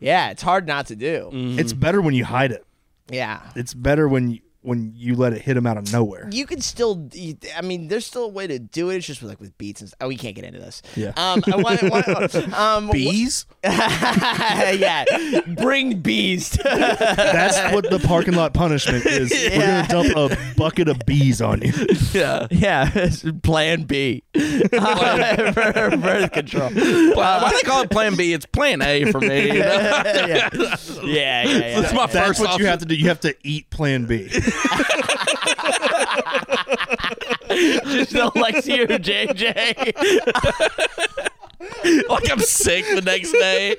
Speaker 2: yeah, it's hard not to do.
Speaker 3: It's better when you hide it.
Speaker 2: Yeah,
Speaker 3: It's better when you, when you let it hit them out of nowhere.
Speaker 2: you can still you- i mean there's still a way to do it it's just with like with beats and stuff oh we can't get into this
Speaker 3: Yeah.
Speaker 2: um, I want, want, um
Speaker 4: Bees?
Speaker 2: yeah bring bees
Speaker 3: That's what the parking lot punishment is. We're gonna dump a bucket of bees on you.
Speaker 4: Yeah.
Speaker 2: yeah plan b Uh, for birth control
Speaker 4: Why why they call it Plan B? It's Plan A for me. you know?
Speaker 2: yeah yeah yeah, yeah.
Speaker 4: That's my
Speaker 3: That's
Speaker 4: first
Speaker 3: what you
Speaker 4: option.
Speaker 3: have to do. You have to eat Plan B.
Speaker 2: just don't like you jj
Speaker 4: like I'm sick the next day.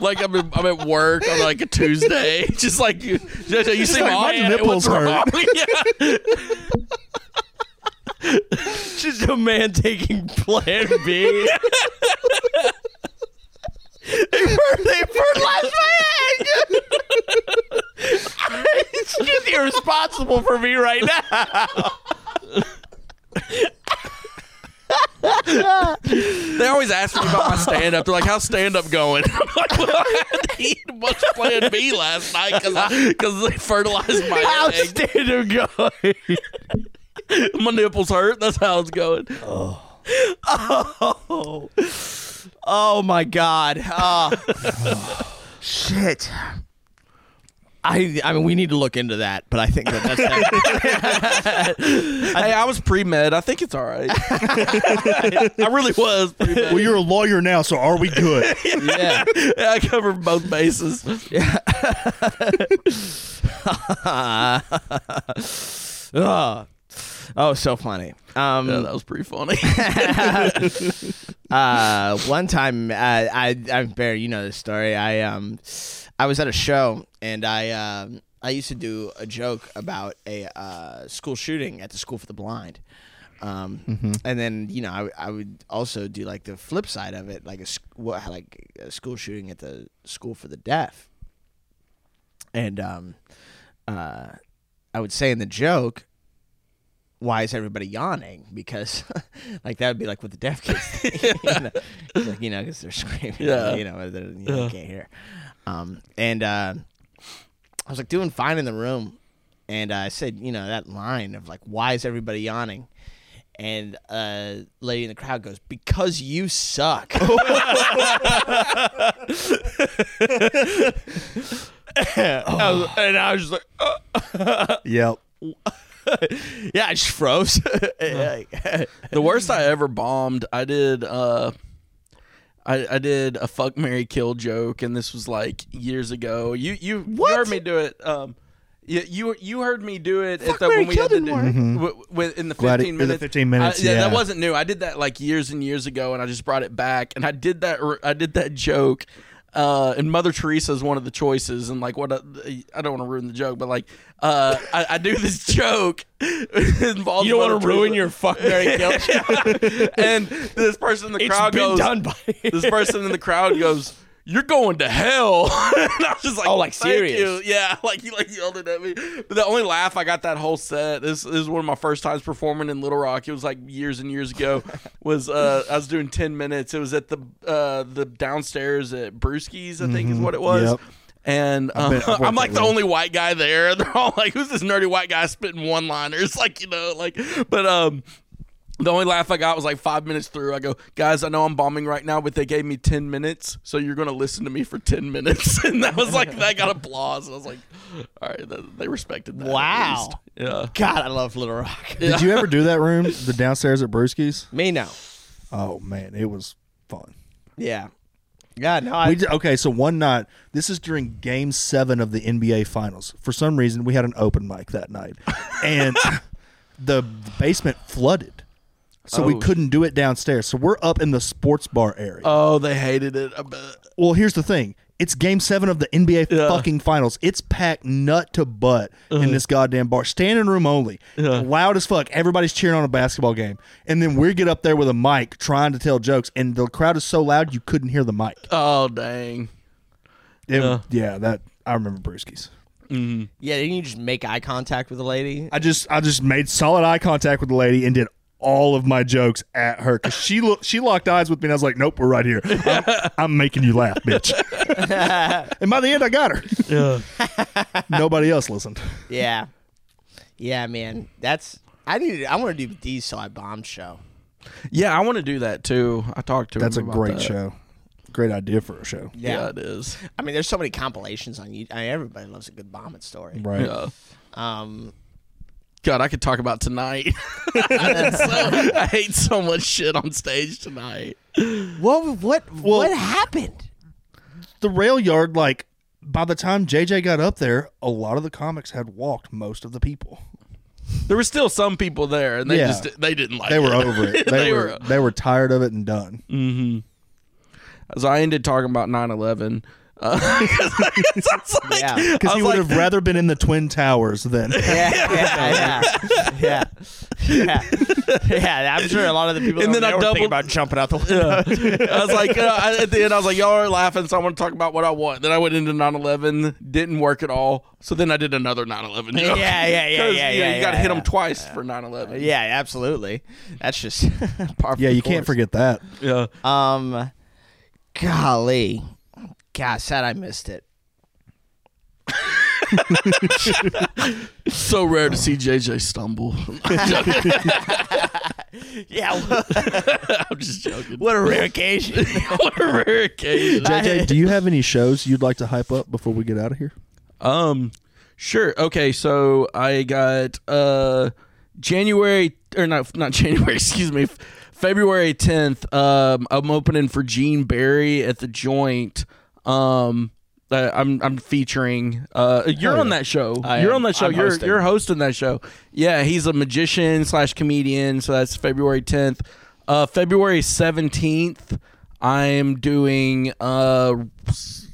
Speaker 4: like I'm, I'm at work on like a Tuesday. Just like you, you, you see
Speaker 3: like,
Speaker 4: my,
Speaker 3: my
Speaker 4: hand,
Speaker 3: nipples
Speaker 4: what's wrong? Yeah.
Speaker 2: just a man taking plan b They fer- they fertilized my egg. it's just irresponsible for me right now.
Speaker 4: They always ask me about my stand up. They're like, "How's stand up going?" I'm like, "Well, I had to eat a bunch of Plan B last night because because they fertilized my
Speaker 2: How's
Speaker 4: egg.
Speaker 2: stand up going?
Speaker 4: my nipples hurt. That's how it's going.
Speaker 2: Oh. oh my god. Ah. shit. I, I mean, we need to look into that, but I think that that's
Speaker 4: hey, I was pre med. I think it's all right. I really was. Pre-med.
Speaker 3: Well, you're a lawyer now, so are we good?
Speaker 2: yeah.
Speaker 4: I covered both bases.
Speaker 2: Ugh. Oh, so funny. Um,
Speaker 4: Yeah, that was pretty funny.
Speaker 2: uh, one time, uh, I, I, Bear, you know this story. I, um, I was at a show and I, um, I used to do a joke about a uh, school shooting at the school for the blind. Um, and then you know I, I would also do like the flip side of it, like a sc- what like a school shooting at the school for the deaf. And um, uh, I would say in the joke, why is everybody yawning? Because like that would be like with the deaf kids, you know, 'cause, like you know, because they're screaming,
Speaker 4: Yeah.
Speaker 2: you know, they you know, can't hear. Um, and uh, I was like doing fine in the room, and I said, you know, that line of like, why is everybody yawning? And a lady in the crowd goes, because you suck. I was- and I was just like,
Speaker 3: yep.
Speaker 2: yeah, I just froze. Like,
Speaker 4: The worst I ever bombed, I did uh I, I did a fuck Mary Kill joke and this was like years ago. You you, you heard me do it. Um you, you you heard me do it at the,
Speaker 2: Mary
Speaker 4: when we
Speaker 2: Kill
Speaker 4: had to
Speaker 2: didn't
Speaker 4: do,
Speaker 2: work.
Speaker 4: w- w- in the
Speaker 3: Glad it-
Speaker 4: fifteen
Speaker 3: in the
Speaker 4: minutes.
Speaker 3: 15 minutes,
Speaker 4: I- yeah, that
Speaker 3: yeah.
Speaker 4: wasn't new. I did that like years and years ago, and I just brought it back. And I did that. I did that joke. Uh, and Mother Teresa is one of the choices, and like what I, I don't want to ruin the joke, but like uh, I, I do this joke. you don't
Speaker 5: You don't want to ruin your fuck Mary Kill.
Speaker 4: and this person in the
Speaker 5: It's
Speaker 4: crowd
Speaker 5: been
Speaker 4: goes,
Speaker 5: done by.
Speaker 4: this person in the crowd goes, "You're going to hell." and I was just like,
Speaker 5: Oh, like
Speaker 4: "Thank
Speaker 5: serious.
Speaker 4: you." Yeah, like he like yelled it at me. But the only laugh I got that whole set. This, this is one of my first times performing in Little Rock. It was like years and years ago. was uh, I was doing ten minutes. It was at the uh, the downstairs at Brewski's, I think
Speaker 5: Mm-hmm.
Speaker 4: is what it was.
Speaker 3: Yep.
Speaker 4: And um,
Speaker 3: bet I've worked
Speaker 4: I'm like
Speaker 3: that
Speaker 4: the
Speaker 3: way.
Speaker 4: only white guy there. They're all like, "Who's this nerdy white guy spitting one-liners?" Like you know, like. But um, the only laugh I got was like five minutes through. I go, guys, I know I'm bombing right now, but they gave me ten minutes, so you're gonna listen to me for ten minutes. And that was like that got applause. I was like, all right, th- they respected that. at
Speaker 2: Wow.
Speaker 4: least. Yeah.
Speaker 2: God, I love Little Rock.
Speaker 3: Did you ever do that room, the downstairs at Brewski's?
Speaker 2: Me no.
Speaker 3: Oh man, it was fun.
Speaker 2: Yeah. God, no. I,
Speaker 3: We did, okay, so one night, this is during game seven of the NBA Finals. For some reason, we had an open mic that night, and the basement flooded. So we couldn't
Speaker 4: Uh,
Speaker 3: do it downstairs. So we're up in the sports bar area.
Speaker 4: Oh, they hated it. I bet.
Speaker 3: well, here's the thing It's game seven of the NBA
Speaker 4: Yeah.
Speaker 3: fucking finals. It's packed nut to butt in this goddamn bar. Standing room only. Loud as fuck. Everybody's cheering on a basketball game. And then we get up there with a mic trying to tell jokes, and the crowd is so loud you couldn't hear the mic.
Speaker 4: Oh dang.
Speaker 3: It-
Speaker 4: Yeah.
Speaker 3: yeah, that I remember Brewskis.
Speaker 2: Yeah, didn't you just make eye contact with the lady?
Speaker 3: I just I just made solid eye contact with the lady and did all of my jokes at her because she lo- she locked eyes with me and I was like, nope, we're right here. I'm, I'm making you laugh, bitch. and by the end, I got her. Nobody else listened.
Speaker 2: Yeah. Yeah, man. That's I need I want to do the so I bomb show.
Speaker 4: Yeah, I want to do that too. I talked to
Speaker 3: That's a
Speaker 4: him about
Speaker 3: great
Speaker 4: that.
Speaker 3: show. Great idea for a show.
Speaker 4: Yeah, it is.
Speaker 2: I mean, there's so many compilations on YouTube. I mean, everybody loves a good bombing story.
Speaker 3: Right.
Speaker 4: Yeah.
Speaker 2: Um,
Speaker 4: God, I could talk about tonight. It's so- I hate so much shit on stage tonight.
Speaker 2: what what
Speaker 3: Well-
Speaker 2: what happened?
Speaker 3: The rail yard, like by the time JJ got up there, a lot of the comics had walked most of the people.
Speaker 4: There were still some people there, and they
Speaker 3: Yeah.
Speaker 4: just they didn't like.
Speaker 3: They were
Speaker 4: it.
Speaker 3: over it. They,
Speaker 4: They
Speaker 3: were,
Speaker 4: were-
Speaker 3: they were tired of it and done.
Speaker 4: So I ended talking about 9-11. Uh, 'cause I was like,
Speaker 2: Yeah.
Speaker 4: I
Speaker 3: Because
Speaker 4: was
Speaker 3: he would
Speaker 4: like,
Speaker 3: have rather been in the twin towers than
Speaker 2: Yeah, yeah, yeah, yeah, yeah, yeah. I'm sure a lot of the people.
Speaker 4: And
Speaker 2: that
Speaker 4: then I
Speaker 2: were there were thinking
Speaker 4: doubled-
Speaker 2: about jumping out the window.
Speaker 4: I was like, uh, I- at the end, I was like, y'all are laughing, so I want to talk about what I want. Then I went into 9 11, didn't work at all. So then I did another 9 11 joke.
Speaker 2: Yeah, yeah, yeah,
Speaker 4: 'Cause,
Speaker 2: yeah,
Speaker 4: You,
Speaker 2: yeah,
Speaker 4: got to
Speaker 2: yeah,
Speaker 4: hit them
Speaker 2: yeah.
Speaker 4: twice for 9 11.
Speaker 2: yeah, absolutely. That's just par for
Speaker 3: Yeah,
Speaker 2: the
Speaker 3: you can't
Speaker 2: course.
Speaker 3: forget that.
Speaker 4: Yeah.
Speaker 2: Um, golly, God, sad I missed it.
Speaker 4: So rare to see JJ stumble.
Speaker 2: Yeah, what,
Speaker 4: I'm just joking.
Speaker 2: what a rare occasion.
Speaker 4: what a rare occasion.
Speaker 3: JJ, do you have any shows you'd like to hype up before we get out of here?
Speaker 4: Um, sure. Okay, so I got uh January or not not January, excuse me, F- February 10th. Um I'm opening for Gene Barry at the Joint. Um I- I'm I'm featuring. Uh, you're
Speaker 2: Oh,
Speaker 4: on that show. you're on that show.
Speaker 2: I'm
Speaker 4: you're
Speaker 2: hosting.
Speaker 4: you're hosting that show. Yeah, he's a magician slash comedian. So that's February 10th. Uh, February 17th, I'm doing uh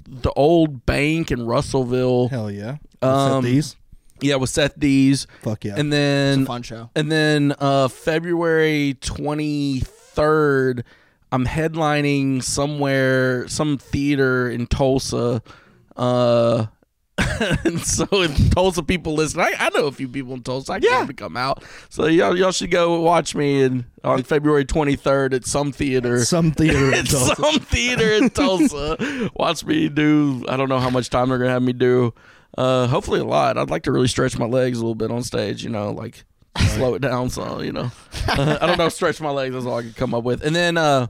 Speaker 4: the old bank in Russellville.
Speaker 3: Hell yeah.
Speaker 4: Um,
Speaker 3: Except these?
Speaker 4: Yeah, with Seth Dees.
Speaker 3: Fuck yeah.
Speaker 4: And then
Speaker 2: Fun show.
Speaker 4: and then uh, February 23rd, I'm headlining somewhere, some theater in Tulsa. Uh, and so if Tulsa people listen, I, I know a few people in Tulsa. I can't to come out. So y'all, y'all should go watch me in, on February 23rd at some theater.
Speaker 3: Some theater in
Speaker 4: At
Speaker 3: Tulsa.
Speaker 4: some theater in Tulsa. Watch me do. I don't know how much time they're gonna have me do. Uh, hopefully a lot. I'd like to really stretch my legs a little bit on stage. You know, like slow it down some. You know, Uh, I don't know. Stretch my legs. That's all I could come up with. And then, uh,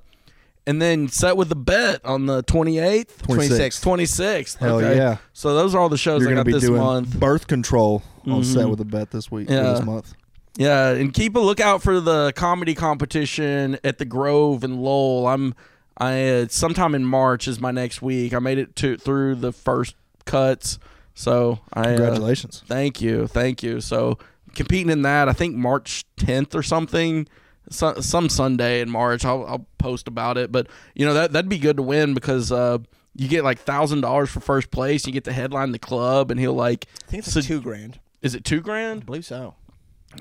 Speaker 4: and then set with the bet on the twenty eighth,
Speaker 3: 26th.
Speaker 4: twenty sixth.
Speaker 3: Hell yeah.
Speaker 4: So those are all the shows
Speaker 3: You're
Speaker 4: I
Speaker 3: going to
Speaker 4: got
Speaker 3: be
Speaker 4: this
Speaker 3: doing
Speaker 4: month.
Speaker 3: birth control on set with a bet this week, or
Speaker 4: Yeah.
Speaker 3: this month.
Speaker 4: Yeah, and keep a lookout for the comedy competition at the Grove and Lowell. I'm I uh, sometime in March is my next week. I made it to through the first cuts, so I uh,
Speaker 3: Congratulations.
Speaker 4: thank you, thank you. So competing in that, I think March 10th or something, so, some Sunday in March. I'll, I'll post about it, but you know that that'd be good to win because. uh you get like thousand dollars for first place. You get to headline the club, and he'll like.
Speaker 2: I think it's
Speaker 4: so-
Speaker 2: like two grand.
Speaker 4: Is it two grand?
Speaker 2: I believe so.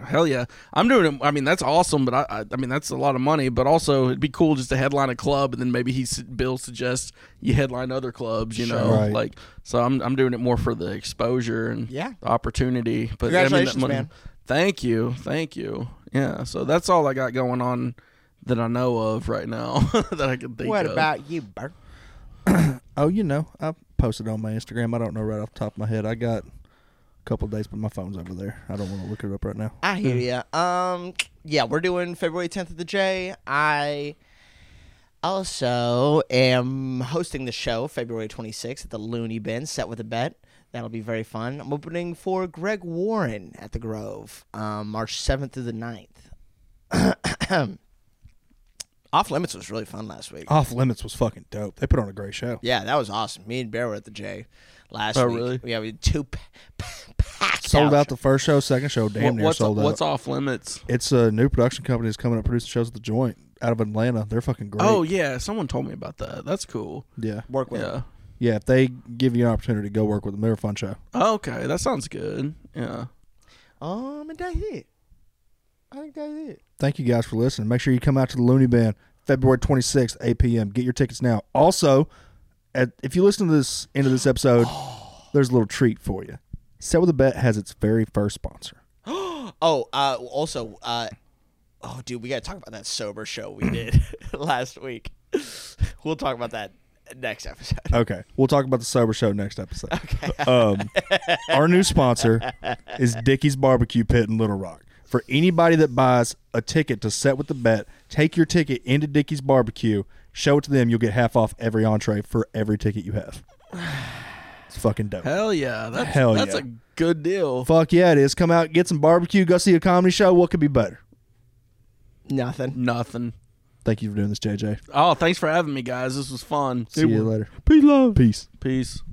Speaker 4: Hell yeah, I'm doing it. I mean, that's awesome, but I, I, I mean, that's a lot of money. But also, it'd be cool just to headline a club, and then maybe he s- Bill suggests you headline other clubs. You know,
Speaker 3: Right.
Speaker 4: like so. I'm I'm doing it more for the exposure and
Speaker 2: Yeah.
Speaker 4: the opportunity. But I
Speaker 2: Congratulations,
Speaker 4: mean, that money-
Speaker 2: man.
Speaker 4: Thank you, thank you. Yeah, so that's all I got going on that I know of right now that I can think
Speaker 2: What
Speaker 4: of.
Speaker 2: about you, Bert?
Speaker 3: Oh, you know, I posted on my Instagram. I don't know right off the top of my head. I got a couple days, but my phone's over there. I don't want to look it up right now.
Speaker 2: I hear ya. Um, yeah, we're doing February 10th at the J. I also am hosting the show February 26th at the Looney Bin, set with a bet. That'll be very fun. I'm opening for Greg Warren at the Grove, um, March 7th through the 9th. Off Limits was really fun last week.
Speaker 3: Off Limits was fucking dope. They put on a great show.
Speaker 2: Yeah, that was awesome. Me and Bear were at the J last
Speaker 4: Oh,
Speaker 2: week.
Speaker 4: really?
Speaker 2: Yeah, we had two pa- pa- packed
Speaker 3: Sold out
Speaker 2: shows.
Speaker 3: the first show, second show, damn
Speaker 4: What-
Speaker 3: near
Speaker 4: what's
Speaker 3: sold out.
Speaker 4: what's off limits?
Speaker 3: It's a new production company that's coming up producing shows at the joint out of Atlanta. They're fucking great.
Speaker 4: Oh yeah, someone told me about that. That's cool.
Speaker 3: yeah.
Speaker 2: work with.
Speaker 4: Yeah.
Speaker 3: yeah, if they give you an opportunity to go work with them, they're a fun show.
Speaker 4: Okay, that sounds good. Yeah.
Speaker 2: Um, and that's it. I think that's it.
Speaker 3: Thank you guys for listening. Make sure you come out to the Looney Band February 26th, 8 p.m. Get your tickets now. Also, at, if you listen to this end of this episode, there's a little treat for you. Set with a Bet has its very first sponsor.
Speaker 2: Oh, uh, also, uh, oh, dude, we gotta talk about that sober show we did last week. We'll talk about that next episode.
Speaker 3: Okay. We'll talk about the sober show next episode. Okay. Um, our new sponsor is Dickie's Barbecue Pit in Little Rock. For anybody that buys a ticket to set with the bet, take your ticket into Dickie's Barbecue, show it to them. You'll get half off every entree for every ticket you have. It's fucking dope.
Speaker 4: Hell yeah. That's,
Speaker 3: Hell
Speaker 4: that's
Speaker 3: yeah.
Speaker 4: a good deal.
Speaker 3: Fuck yeah, it is. Come out, get some barbecue, go see a comedy show. What could be better?
Speaker 2: Nothing.
Speaker 4: Nothing.
Speaker 3: Thank you for doing this, JJ.
Speaker 4: Oh, thanks for having me, guys. This was fun.
Speaker 3: See you later. Peace, love. Peace.
Speaker 4: Peace.